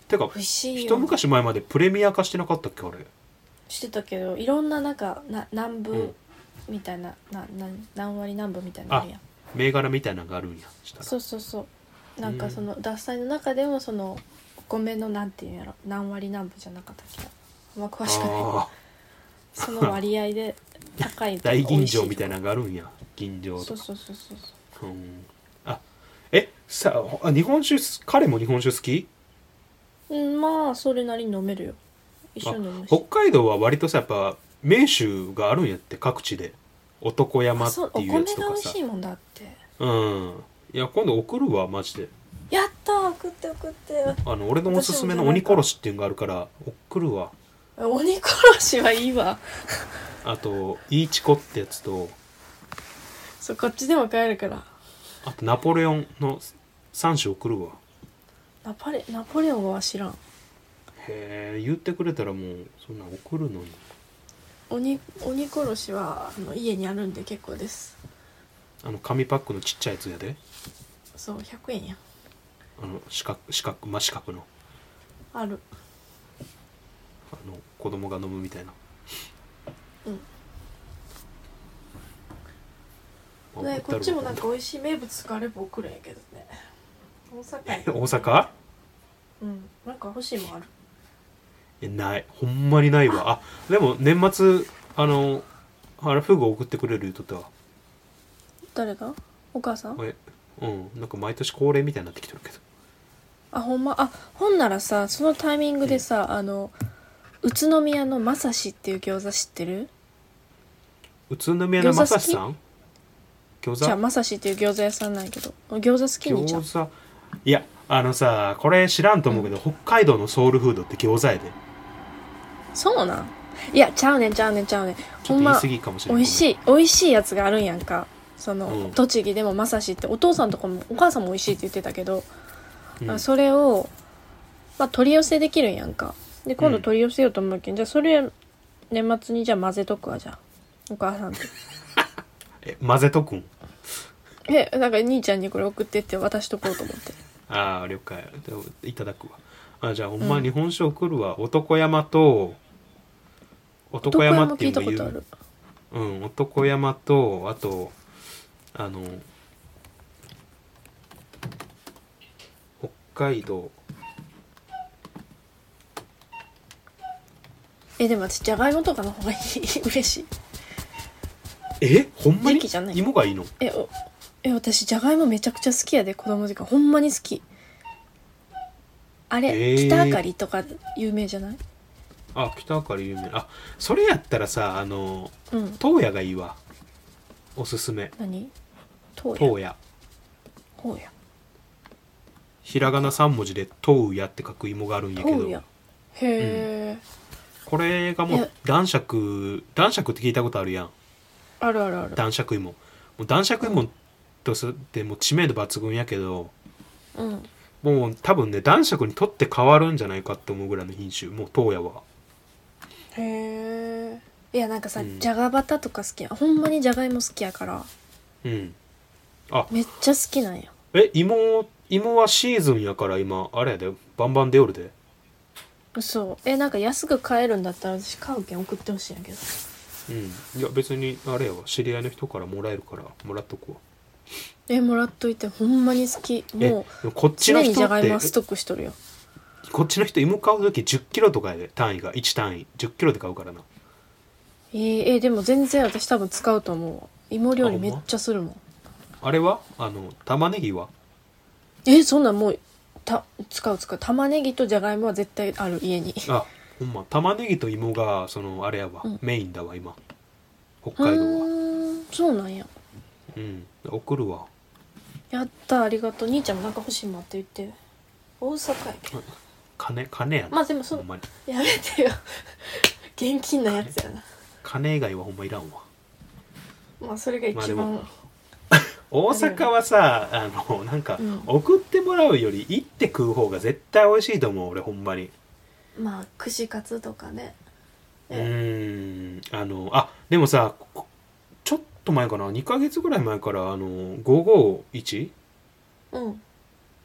[SPEAKER 1] てか
[SPEAKER 2] 美味しいよ
[SPEAKER 1] 一昔前までプレミア化してなかったっけあれ
[SPEAKER 2] してたけどいろんななんかな南
[SPEAKER 1] うん
[SPEAKER 2] 部みたいな,、なな何割南部みたいなのあるやん
[SPEAKER 1] 銘柄みたいなのがあるんやしたら
[SPEAKER 2] そうそうそうなん
[SPEAKER 1] う
[SPEAKER 2] か
[SPEAKER 1] ん
[SPEAKER 2] その獺祭の中でもそのお米のなんていうんやろ何割何分じゃなかったっけなあんま詳しくない
[SPEAKER 1] あ
[SPEAKER 2] その割合で高い
[SPEAKER 1] ー 大吟醸みたいなのがあるんや吟醸
[SPEAKER 2] そ
[SPEAKER 1] と
[SPEAKER 2] う
[SPEAKER 1] か
[SPEAKER 2] そうそうそうそう
[SPEAKER 1] うんあえさほあ日本酒す彼も日本酒好き
[SPEAKER 2] うんまあそれなりに飲めるよ一緒に飲むし
[SPEAKER 1] 北海道は割とさやっぱ名酒があるんやって各地で男山
[SPEAKER 2] あ
[SPEAKER 1] って
[SPEAKER 2] そうお
[SPEAKER 1] い
[SPEAKER 2] 米
[SPEAKER 1] うや
[SPEAKER 2] が美
[SPEAKER 1] つとか
[SPEAKER 2] 味
[SPEAKER 1] さ
[SPEAKER 2] しいもんだって
[SPEAKER 1] うんいや今度送るわマジで
[SPEAKER 2] やった送って送って
[SPEAKER 1] あの俺のおすすめの鬼殺しっていうのがあるから送るわ
[SPEAKER 2] 鬼殺しはいいわ
[SPEAKER 1] あとイーチコってやつと
[SPEAKER 2] そうこっちでも買えるから
[SPEAKER 1] あとナポレオンの3種送るわ
[SPEAKER 2] ナポレナポレオンは知らん
[SPEAKER 1] へえ言ってくれたらもうそんなん送るのに
[SPEAKER 2] 鬼鬼殺しはあの家にあるんで結構です
[SPEAKER 1] あの紙パックのちっちゃいやつやで
[SPEAKER 2] そう100円や
[SPEAKER 1] あの四角四角真四角の
[SPEAKER 2] ある
[SPEAKER 1] あの子供が飲むみたいな
[SPEAKER 2] うん
[SPEAKER 1] まあ
[SPEAKER 2] ね、こっちもなんか
[SPEAKER 1] 送
[SPEAKER 2] 美味しい名物があれば送るんやけどね大
[SPEAKER 1] った
[SPEAKER 2] 阪
[SPEAKER 1] ろ
[SPEAKER 2] や
[SPEAKER 1] う大阪
[SPEAKER 2] うんなんか欲しいもんある
[SPEAKER 1] えないほんまにないわあでも年末あのあれフグ送ってくれる言うとったわ
[SPEAKER 2] 誰がお母さん
[SPEAKER 1] えうんなんか毎年恒例みたいになってきてるけど
[SPEAKER 2] あほんまあほんならさそのタイミングでさあの宇都宮のまさしっていう餃子知ってる
[SPEAKER 1] 宇都宮の
[SPEAKER 2] 餃子好
[SPEAKER 1] ま
[SPEAKER 2] き
[SPEAKER 1] さしさん餃子
[SPEAKER 2] じゃあまさしっていう餃子屋さんなんやけど餃子好きにじゃん
[SPEAKER 1] 餃子いやあのさこれ知らんと思うけど、北海道のソウルフードって餃子やで
[SPEAKER 2] そうなんいやちゃうねんちゃうねんちゃうねん
[SPEAKER 1] ちょ
[SPEAKER 2] ほ
[SPEAKER 1] っと言い
[SPEAKER 2] んま
[SPEAKER 1] 過ぎかもしれ
[SPEAKER 2] 美
[SPEAKER 1] ない
[SPEAKER 2] 味しい美味しいやつがあるんやんかその、
[SPEAKER 1] うん
[SPEAKER 2] 栃木でもまさしってお父さんとかもお母さんも美味しいって言ってたけど、
[SPEAKER 1] うん
[SPEAKER 2] あそれを、まあ、取り寄せできるんやんかで今度
[SPEAKER 1] うん
[SPEAKER 2] 取り寄せようと思うけん、じゃあそれ年末にじゃあ混ぜとくわじゃあお母さんと
[SPEAKER 1] え混ぜとくん
[SPEAKER 2] えなんか兄ちゃんにこれ送ってって渡しとこうと思って
[SPEAKER 1] ああ了解でいただくわあじゃあほんま日本酒送るわ、男山と男山っていうの
[SPEAKER 2] 男
[SPEAKER 1] 言
[SPEAKER 2] 山も聞
[SPEAKER 1] う
[SPEAKER 2] いたことあ
[SPEAKER 1] うん男山とあとあの北海道
[SPEAKER 2] るえでも私じゃがいもとかの方がいい 嬉しい
[SPEAKER 1] えほんまに
[SPEAKER 2] 時期じゃない
[SPEAKER 1] 芋がいいの
[SPEAKER 2] えおえ私じゃがいもめちゃくちゃ好きやで子供時間ほんまに好きあれ、
[SPEAKER 1] えー
[SPEAKER 2] 北あかりとか有名じゃない
[SPEAKER 1] あ北から有名あそれやったらさあの
[SPEAKER 2] うん
[SPEAKER 1] 東野がいいわおすすめ
[SPEAKER 2] 何とうや
[SPEAKER 1] 東野
[SPEAKER 2] ほうや
[SPEAKER 1] ひらがな3文字で「東野」って書く芋があるんやけ
[SPEAKER 2] ほうや
[SPEAKER 1] ど
[SPEAKER 2] へえ、
[SPEAKER 1] これがも
[SPEAKER 2] いうや
[SPEAKER 1] 男爵男爵って聞いたことあるやん
[SPEAKER 2] あるあるある
[SPEAKER 1] 男爵芋もう男爵芋とすってもう知名度抜群やけど
[SPEAKER 2] うん
[SPEAKER 1] もう多分ね男爵にとって変わるんじゃないかって思うぐらいの品種もう東野は
[SPEAKER 2] へえいやなんかさ、
[SPEAKER 1] うん
[SPEAKER 2] じゃがバタとか好きやほんまにじゃがいも好きやから
[SPEAKER 1] うんあ
[SPEAKER 2] めっちゃ好きなんや
[SPEAKER 1] え芋芋はシーズンやから今あれやでバンバン出よるで
[SPEAKER 2] 嘘えなんか安く買えるんだったら私買うけん送ってほしいんやけど
[SPEAKER 1] うんいや別にあれやわ知り合いの人からもらえるからもらっとくわ
[SPEAKER 2] えもらっといてほんまに好き
[SPEAKER 1] え
[SPEAKER 2] もう
[SPEAKER 1] でもこっち
[SPEAKER 2] 常
[SPEAKER 1] の
[SPEAKER 2] に
[SPEAKER 1] 人
[SPEAKER 2] じゃ
[SPEAKER 1] っ
[SPEAKER 2] がい
[SPEAKER 1] て
[SPEAKER 2] もはストックしとるよ
[SPEAKER 1] こっちの人芋買う時1 0キロとかやで単位が1単位1 0キロで買うからな
[SPEAKER 2] えー、えーでも全然私多分使うと思うわ芋料理めっちゃするもん
[SPEAKER 1] あれはあの玉ねぎは
[SPEAKER 2] えーそんなんもうた使う使う玉ねぎとじゃがいもは絶対ある家に
[SPEAKER 1] あほんま玉ねぎと芋がそのあれやわ、
[SPEAKER 2] うん
[SPEAKER 1] メインだわ今北
[SPEAKER 2] う
[SPEAKER 1] 海道は
[SPEAKER 2] ーんそうなんや
[SPEAKER 1] うん送るわ
[SPEAKER 2] やったありがとう兄ちゃんもなんか欲しいもんあって言って大阪やけど
[SPEAKER 1] 金金やな、
[SPEAKER 2] まあでもそ
[SPEAKER 1] ほんまに
[SPEAKER 2] やめてよ 現金なやつやな
[SPEAKER 1] 金以外はほんまいらんわ
[SPEAKER 2] まあそれが一
[SPEAKER 1] まあで
[SPEAKER 2] 番
[SPEAKER 1] も大阪はさあのなんか、
[SPEAKER 2] うん
[SPEAKER 1] 送ってもらうより行って食う方が絶対美味しいと思う俺ほんまに
[SPEAKER 5] まあ串カツとかね
[SPEAKER 1] う
[SPEAKER 5] え
[SPEAKER 1] ーんあのあでもさこちょっと前かな2ヶ月ぐらい前からあの551
[SPEAKER 5] うん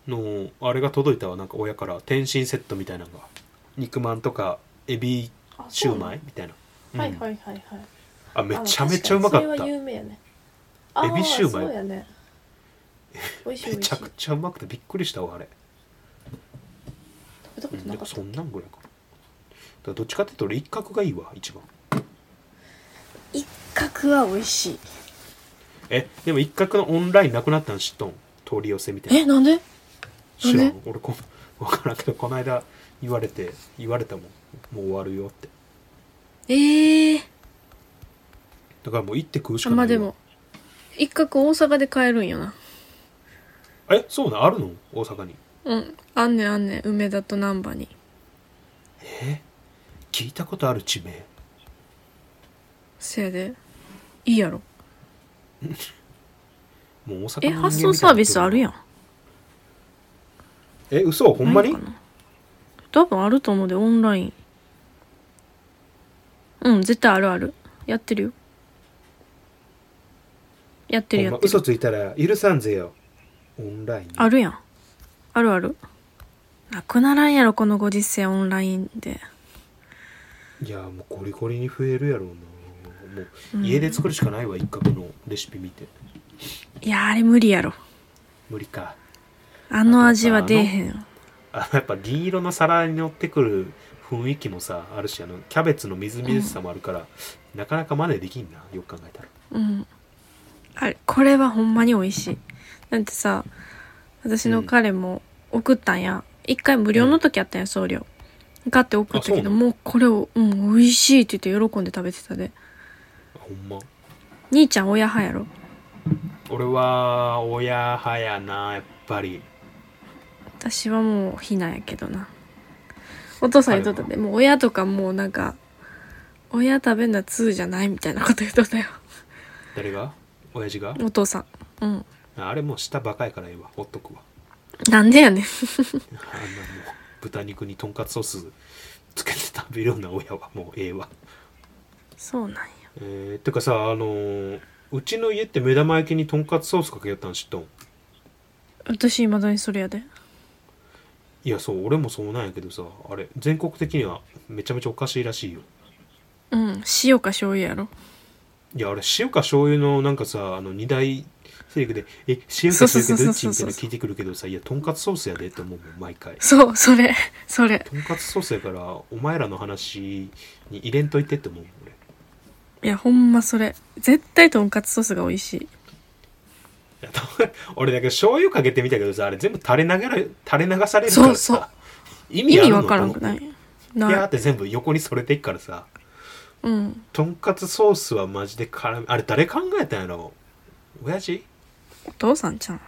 [SPEAKER 1] のあれが届いたわなんか親から天津セットみたいなのが肉まんとかエビ
[SPEAKER 5] あ
[SPEAKER 1] シュー
[SPEAKER 5] い
[SPEAKER 1] マイみたいな、うん
[SPEAKER 5] はいはいはいはい
[SPEAKER 1] あめちゃめちゃうまか
[SPEAKER 5] あ
[SPEAKER 1] っ
[SPEAKER 5] 確にそ
[SPEAKER 1] た
[SPEAKER 5] れは
[SPEAKER 1] め
[SPEAKER 5] 有名やねあ
[SPEAKER 1] エビシューマイ
[SPEAKER 5] そうやね美味しい美味しい
[SPEAKER 1] ちゃく
[SPEAKER 5] 食
[SPEAKER 1] ちゃうまくてびっくりしたわあれ
[SPEAKER 5] べたこ
[SPEAKER 1] う
[SPEAKER 5] と
[SPEAKER 1] ん
[SPEAKER 5] な
[SPEAKER 1] で
[SPEAKER 5] か
[SPEAKER 1] も
[SPEAKER 5] った
[SPEAKER 1] そんなんぐらいかなだからどっちかっていうと俺一角がいいわ一番
[SPEAKER 5] 一角は美味しい
[SPEAKER 1] えでも一角のオンラインなくなったの知っとん取り寄せみたい
[SPEAKER 2] え
[SPEAKER 1] な
[SPEAKER 2] なんで
[SPEAKER 1] 知らん俺こ分からん けどこの間言われて言われたもんもう終わるよって
[SPEAKER 2] ええー、
[SPEAKER 1] だからもう行って食うし
[SPEAKER 2] あ
[SPEAKER 1] かないわ
[SPEAKER 2] まあでも一角大阪で買えるんよな
[SPEAKER 1] えそうなんあるの大阪に
[SPEAKER 2] うんあんねんあんねん梅田と難波に
[SPEAKER 1] え聞いたことある地名
[SPEAKER 2] せやでいいやろ
[SPEAKER 1] もう大阪の
[SPEAKER 2] え
[SPEAKER 1] 人間
[SPEAKER 2] 発送サービスあるや
[SPEAKER 1] ん
[SPEAKER 2] ん
[SPEAKER 1] え嘘ほんまに
[SPEAKER 2] ないのかな多分あると思うでオンラインうん絶対あるあるやってるよやってる
[SPEAKER 1] ほん
[SPEAKER 2] や
[SPEAKER 1] ま
[SPEAKER 2] ってる
[SPEAKER 1] 嘘ついたら許さんぜよオンライン
[SPEAKER 2] あるやんあるあるなくならんやろこのご時世オンラインで
[SPEAKER 1] いやもうゴリゴリに増えるやろうなもう家で作るしかないわ、一角のレシピ見て
[SPEAKER 2] いやあれ無理やろ
[SPEAKER 1] 無理か
[SPEAKER 2] あの味は出えへんよ
[SPEAKER 1] あやっぱ銀色の皿に乗ってくる雰囲気もさあるしあのキャベツのみずみずしさもあるから、なかなか真似できんなよく考えたら
[SPEAKER 2] うんあれこれはほんまに美味しいだってさ私の彼も送ったんや一、回無料の時あったんや送料買って送った
[SPEAKER 1] あそ
[SPEAKER 2] け
[SPEAKER 1] うな
[SPEAKER 2] ど
[SPEAKER 1] の
[SPEAKER 2] もうこれを、うん、美味しいって言って喜んで食べてたで
[SPEAKER 1] あほんま
[SPEAKER 2] 兄ちゃん親派やろ
[SPEAKER 1] 俺は親派やなやっぱり
[SPEAKER 2] 私はもうひなやけどなお父さん言っとったでもう親とかもうなんか親食べんな通じゃないみたいなこと言っとったよ
[SPEAKER 1] 誰が親父が
[SPEAKER 2] お父さんうん
[SPEAKER 1] ああれもう舌バカやからええわほっとくわ
[SPEAKER 2] なんでやねん
[SPEAKER 1] あんなもう豚肉にとんかつソースつけて食べるような親はもうええわ
[SPEAKER 2] そうなんや
[SPEAKER 1] えー、てかさあのーうちの家って目玉焼きにとんかつソースかけよったん知っとん
[SPEAKER 2] 私いまだにそれやで
[SPEAKER 1] いやそう俺もそうなんやけどさあれ全国的にはめちゃめちゃおかしいらしいよ
[SPEAKER 2] うん塩か醤油やろ
[SPEAKER 1] いやあれ塩か醤油のなんかさあの二大制御で「え塩
[SPEAKER 2] そ
[SPEAKER 1] か
[SPEAKER 2] うそう
[SPEAKER 1] 醤油
[SPEAKER 2] そう
[SPEAKER 1] か
[SPEAKER 2] そ
[SPEAKER 1] どっち?」
[SPEAKER 2] うそう
[SPEAKER 1] みたいな聞いてくるけどさいやとんかつソースやでって思うもん毎回
[SPEAKER 2] そう、それ、それ。
[SPEAKER 1] とんかつソースやからお前らの話に入れんといてって思うもん俺
[SPEAKER 2] いや、ほんまそれ。絶対とんかつソースが美味しい。
[SPEAKER 1] いや と俺だけど醤油かけてみたけどさあれ全部垂れ流れ垂れ流されるからさ
[SPEAKER 2] そうそう
[SPEAKER 1] 意
[SPEAKER 2] 意
[SPEAKER 1] 味ある
[SPEAKER 2] 味
[SPEAKER 1] の
[SPEAKER 2] わからんくない
[SPEAKER 1] いピャー
[SPEAKER 2] な
[SPEAKER 1] って全部横にそれていくからさ
[SPEAKER 2] うん。
[SPEAKER 1] とんかつソースはマジで絡みあれ誰考えたんやろ親父
[SPEAKER 2] お父さんちゃん。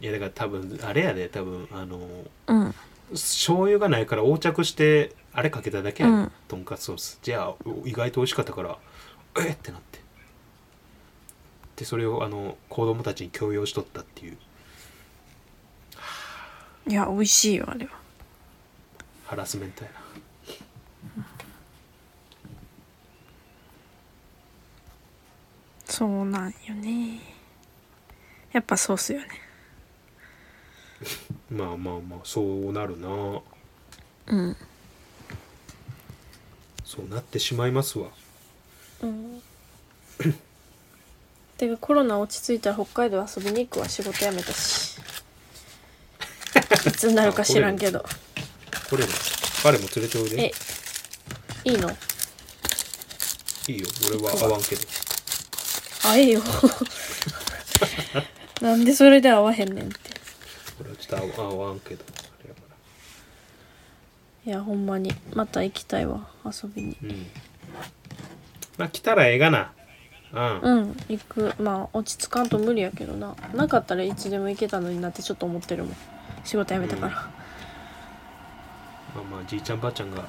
[SPEAKER 1] いやだから多分あれやで多分あの
[SPEAKER 2] うん。
[SPEAKER 1] 醤油がないから横着してあれかけただけや、
[SPEAKER 2] うん
[SPEAKER 1] とんかつソースじゃあお意外と美味しかったからえっってなってでそれをあの子供たちに強要しとったっていう
[SPEAKER 2] いや、美味しいよ、あれは。
[SPEAKER 1] ハラスメントやな
[SPEAKER 2] そうなんよね。やっぱソースよね。
[SPEAKER 1] まあまあまあそうなるな
[SPEAKER 2] うん。
[SPEAKER 1] そうなってしまいますわ
[SPEAKER 2] うん。てか、コロナ落ち着いたら北海道遊びに行くわ。仕事辞め たし。いつになるか知らんけど。
[SPEAKER 1] これも彼も連れておいで
[SPEAKER 2] え、いいの
[SPEAKER 1] いいよ俺は合わんけど
[SPEAKER 2] 会えよ。 なんでそれで会わへんねんって。
[SPEAKER 1] 俺はちょっと合わ合わんけどあれやか
[SPEAKER 2] いやほんまにまた行きたいわ遊びに
[SPEAKER 1] らうんまあ来たらええがなうん
[SPEAKER 2] うん行くまあ落ち着かんと無理やけどななかったらいつでも行けたのになってちょっと思ってるもん仕事辞めたから、
[SPEAKER 1] まあまあじいちゃんばあちゃんが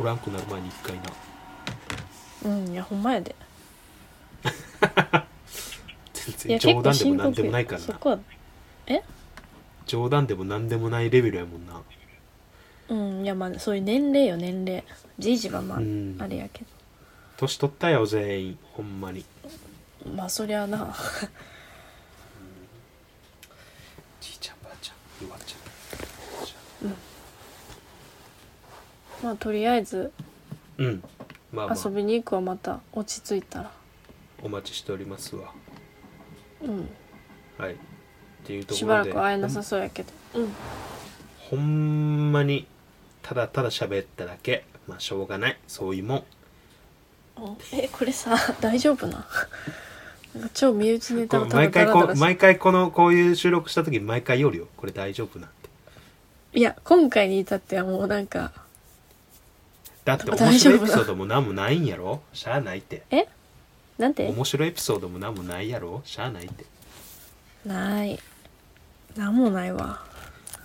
[SPEAKER 1] おらんくなる前に一回な
[SPEAKER 2] うん、いやほんまやで
[SPEAKER 1] 全別
[SPEAKER 2] い
[SPEAKER 1] に
[SPEAKER 2] や結
[SPEAKER 1] 冗
[SPEAKER 2] 構
[SPEAKER 1] 談でも
[SPEAKER 2] 深
[SPEAKER 1] 何
[SPEAKER 2] 刻
[SPEAKER 1] でも
[SPEAKER 2] よ
[SPEAKER 1] ないから
[SPEAKER 2] そ
[SPEAKER 1] な
[SPEAKER 2] こは
[SPEAKER 1] 冗談でも何でもないレベルやもんな
[SPEAKER 2] うんいやまあそういう年齢よ年齢じいじはまあ、
[SPEAKER 1] うん
[SPEAKER 2] あれやけ
[SPEAKER 1] 年取ったよ全員ほんまに
[SPEAKER 2] どまあそりゃな
[SPEAKER 1] じいちゃんばあちゃん弱っちゃ
[SPEAKER 2] まあとりあえず
[SPEAKER 1] ううんまあまあ
[SPEAKER 2] 遊びに行くはまた落ち着いたら
[SPEAKER 1] お待ちしておりますわ
[SPEAKER 2] うん
[SPEAKER 1] はいっていうとこ
[SPEAKER 2] し
[SPEAKER 1] ろで
[SPEAKER 2] ばらく会えなさそうやけどうん
[SPEAKER 1] ほんまにただただ喋っただけまあしょうがないそういうもん
[SPEAKER 2] えこれさ大丈夫な なんか超身内ネ
[SPEAKER 1] こ
[SPEAKER 2] タ
[SPEAKER 1] れ
[SPEAKER 2] をただ
[SPEAKER 1] 毎
[SPEAKER 2] た
[SPEAKER 1] 回
[SPEAKER 2] だ
[SPEAKER 1] こ
[SPEAKER 2] た
[SPEAKER 1] う
[SPEAKER 2] だし
[SPEAKER 1] 毎回このこういう収録した時に毎回よるよこれ大丈夫なんて
[SPEAKER 2] いや今回に至ってはもうなんか
[SPEAKER 1] だって面
[SPEAKER 2] 大丈
[SPEAKER 1] 白
[SPEAKER 2] 夫
[SPEAKER 1] いエピソードも何もないんやろしゃあないって
[SPEAKER 2] なんて
[SPEAKER 1] 面白いエピソードも何もないやろしゃあないって
[SPEAKER 2] ないなんもないわ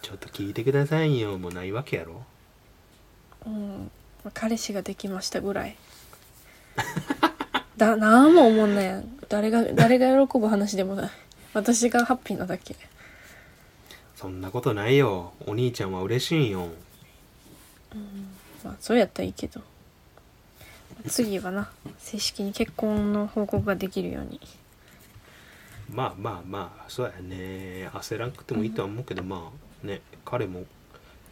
[SPEAKER 1] ちょっと聞いてくださいよもうないわけやろ
[SPEAKER 2] うん彼氏ができましたぐ らいだなんも思んないやん誰が誰が喜ぶ話でもない私がハッピーなだけ
[SPEAKER 1] そんなことないよお兄ちゃんは嬉しいよ
[SPEAKER 2] まあそうやったらいいけど次はな正式に結婚の報告ができるように
[SPEAKER 1] まあまあまあそうやね焦らんくてもいいとは思うけど、まあね彼も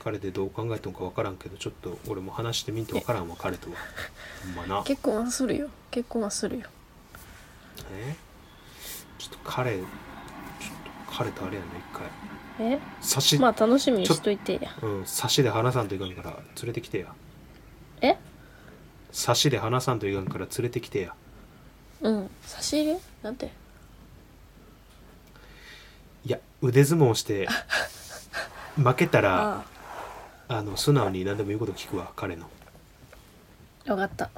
[SPEAKER 1] 彼でどう考えてもか分からんけどちょっと俺も話してみんと分からんわ彼とはほんまな
[SPEAKER 2] 結婚はするよ結婚はするよ
[SPEAKER 1] えちょっと彼ちょっと彼とあれやね一回
[SPEAKER 2] え
[SPEAKER 1] 差し、
[SPEAKER 2] まあ楽しみにしといてや
[SPEAKER 1] うん差しで話さんといかんから連れてきてや
[SPEAKER 2] え
[SPEAKER 1] 差しで話さんといかんから連れてきてや
[SPEAKER 2] うん差し入れなんて
[SPEAKER 1] いや腕相撲して 負けたら
[SPEAKER 2] あ
[SPEAKER 1] あの素直に何でも言うこと聞くわ彼の
[SPEAKER 2] あ分かった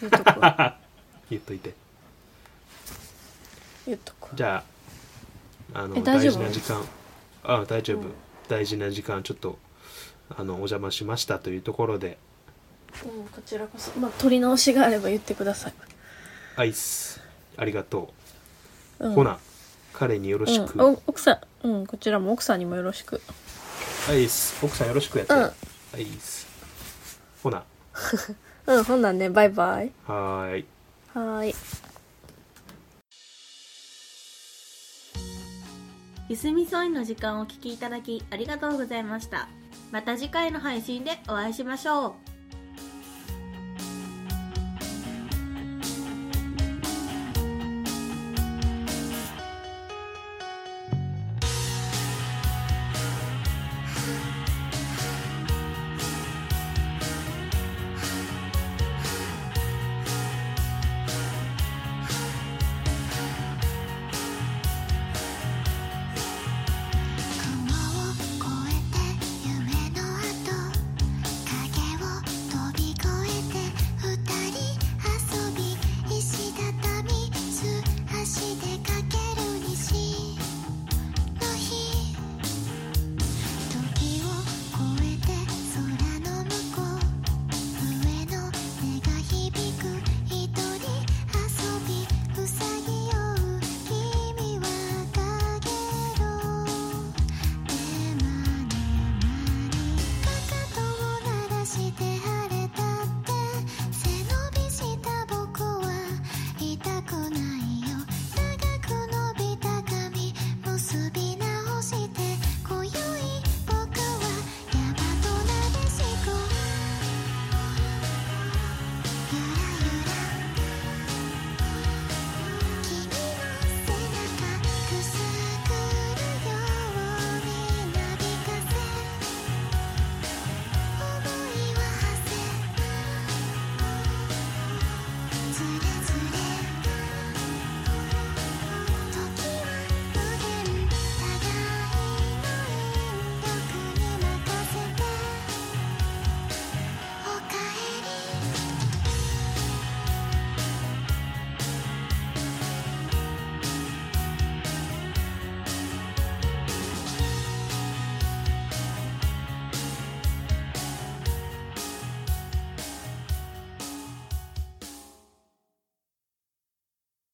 [SPEAKER 2] 言っと くわ
[SPEAKER 1] 言っといて
[SPEAKER 2] 言っとくわ
[SPEAKER 1] じゃああの
[SPEAKER 2] え
[SPEAKER 1] 大
[SPEAKER 2] 大丈夫
[SPEAKER 1] 事な時間あ大丈夫、大事な時間ちょっとあのお邪魔しましたというところで
[SPEAKER 2] うんこちらこそまあ取り直しがあれば言ってください、
[SPEAKER 1] アイスありがと
[SPEAKER 2] う
[SPEAKER 1] う、
[SPEAKER 2] ん、
[SPEAKER 1] ほな彼によろしく、
[SPEAKER 2] うん、お奥さんうんこちらも奥さんにもよろしく
[SPEAKER 1] アイス奥さんよろしくやって、
[SPEAKER 2] うん
[SPEAKER 1] アイスほな
[SPEAKER 2] うんほんなんねバイバイ
[SPEAKER 1] はーい
[SPEAKER 2] はーい
[SPEAKER 3] ゆすみそいの時間をお聞きいただきありがとうございましたまた次回の配信でお会いしましょう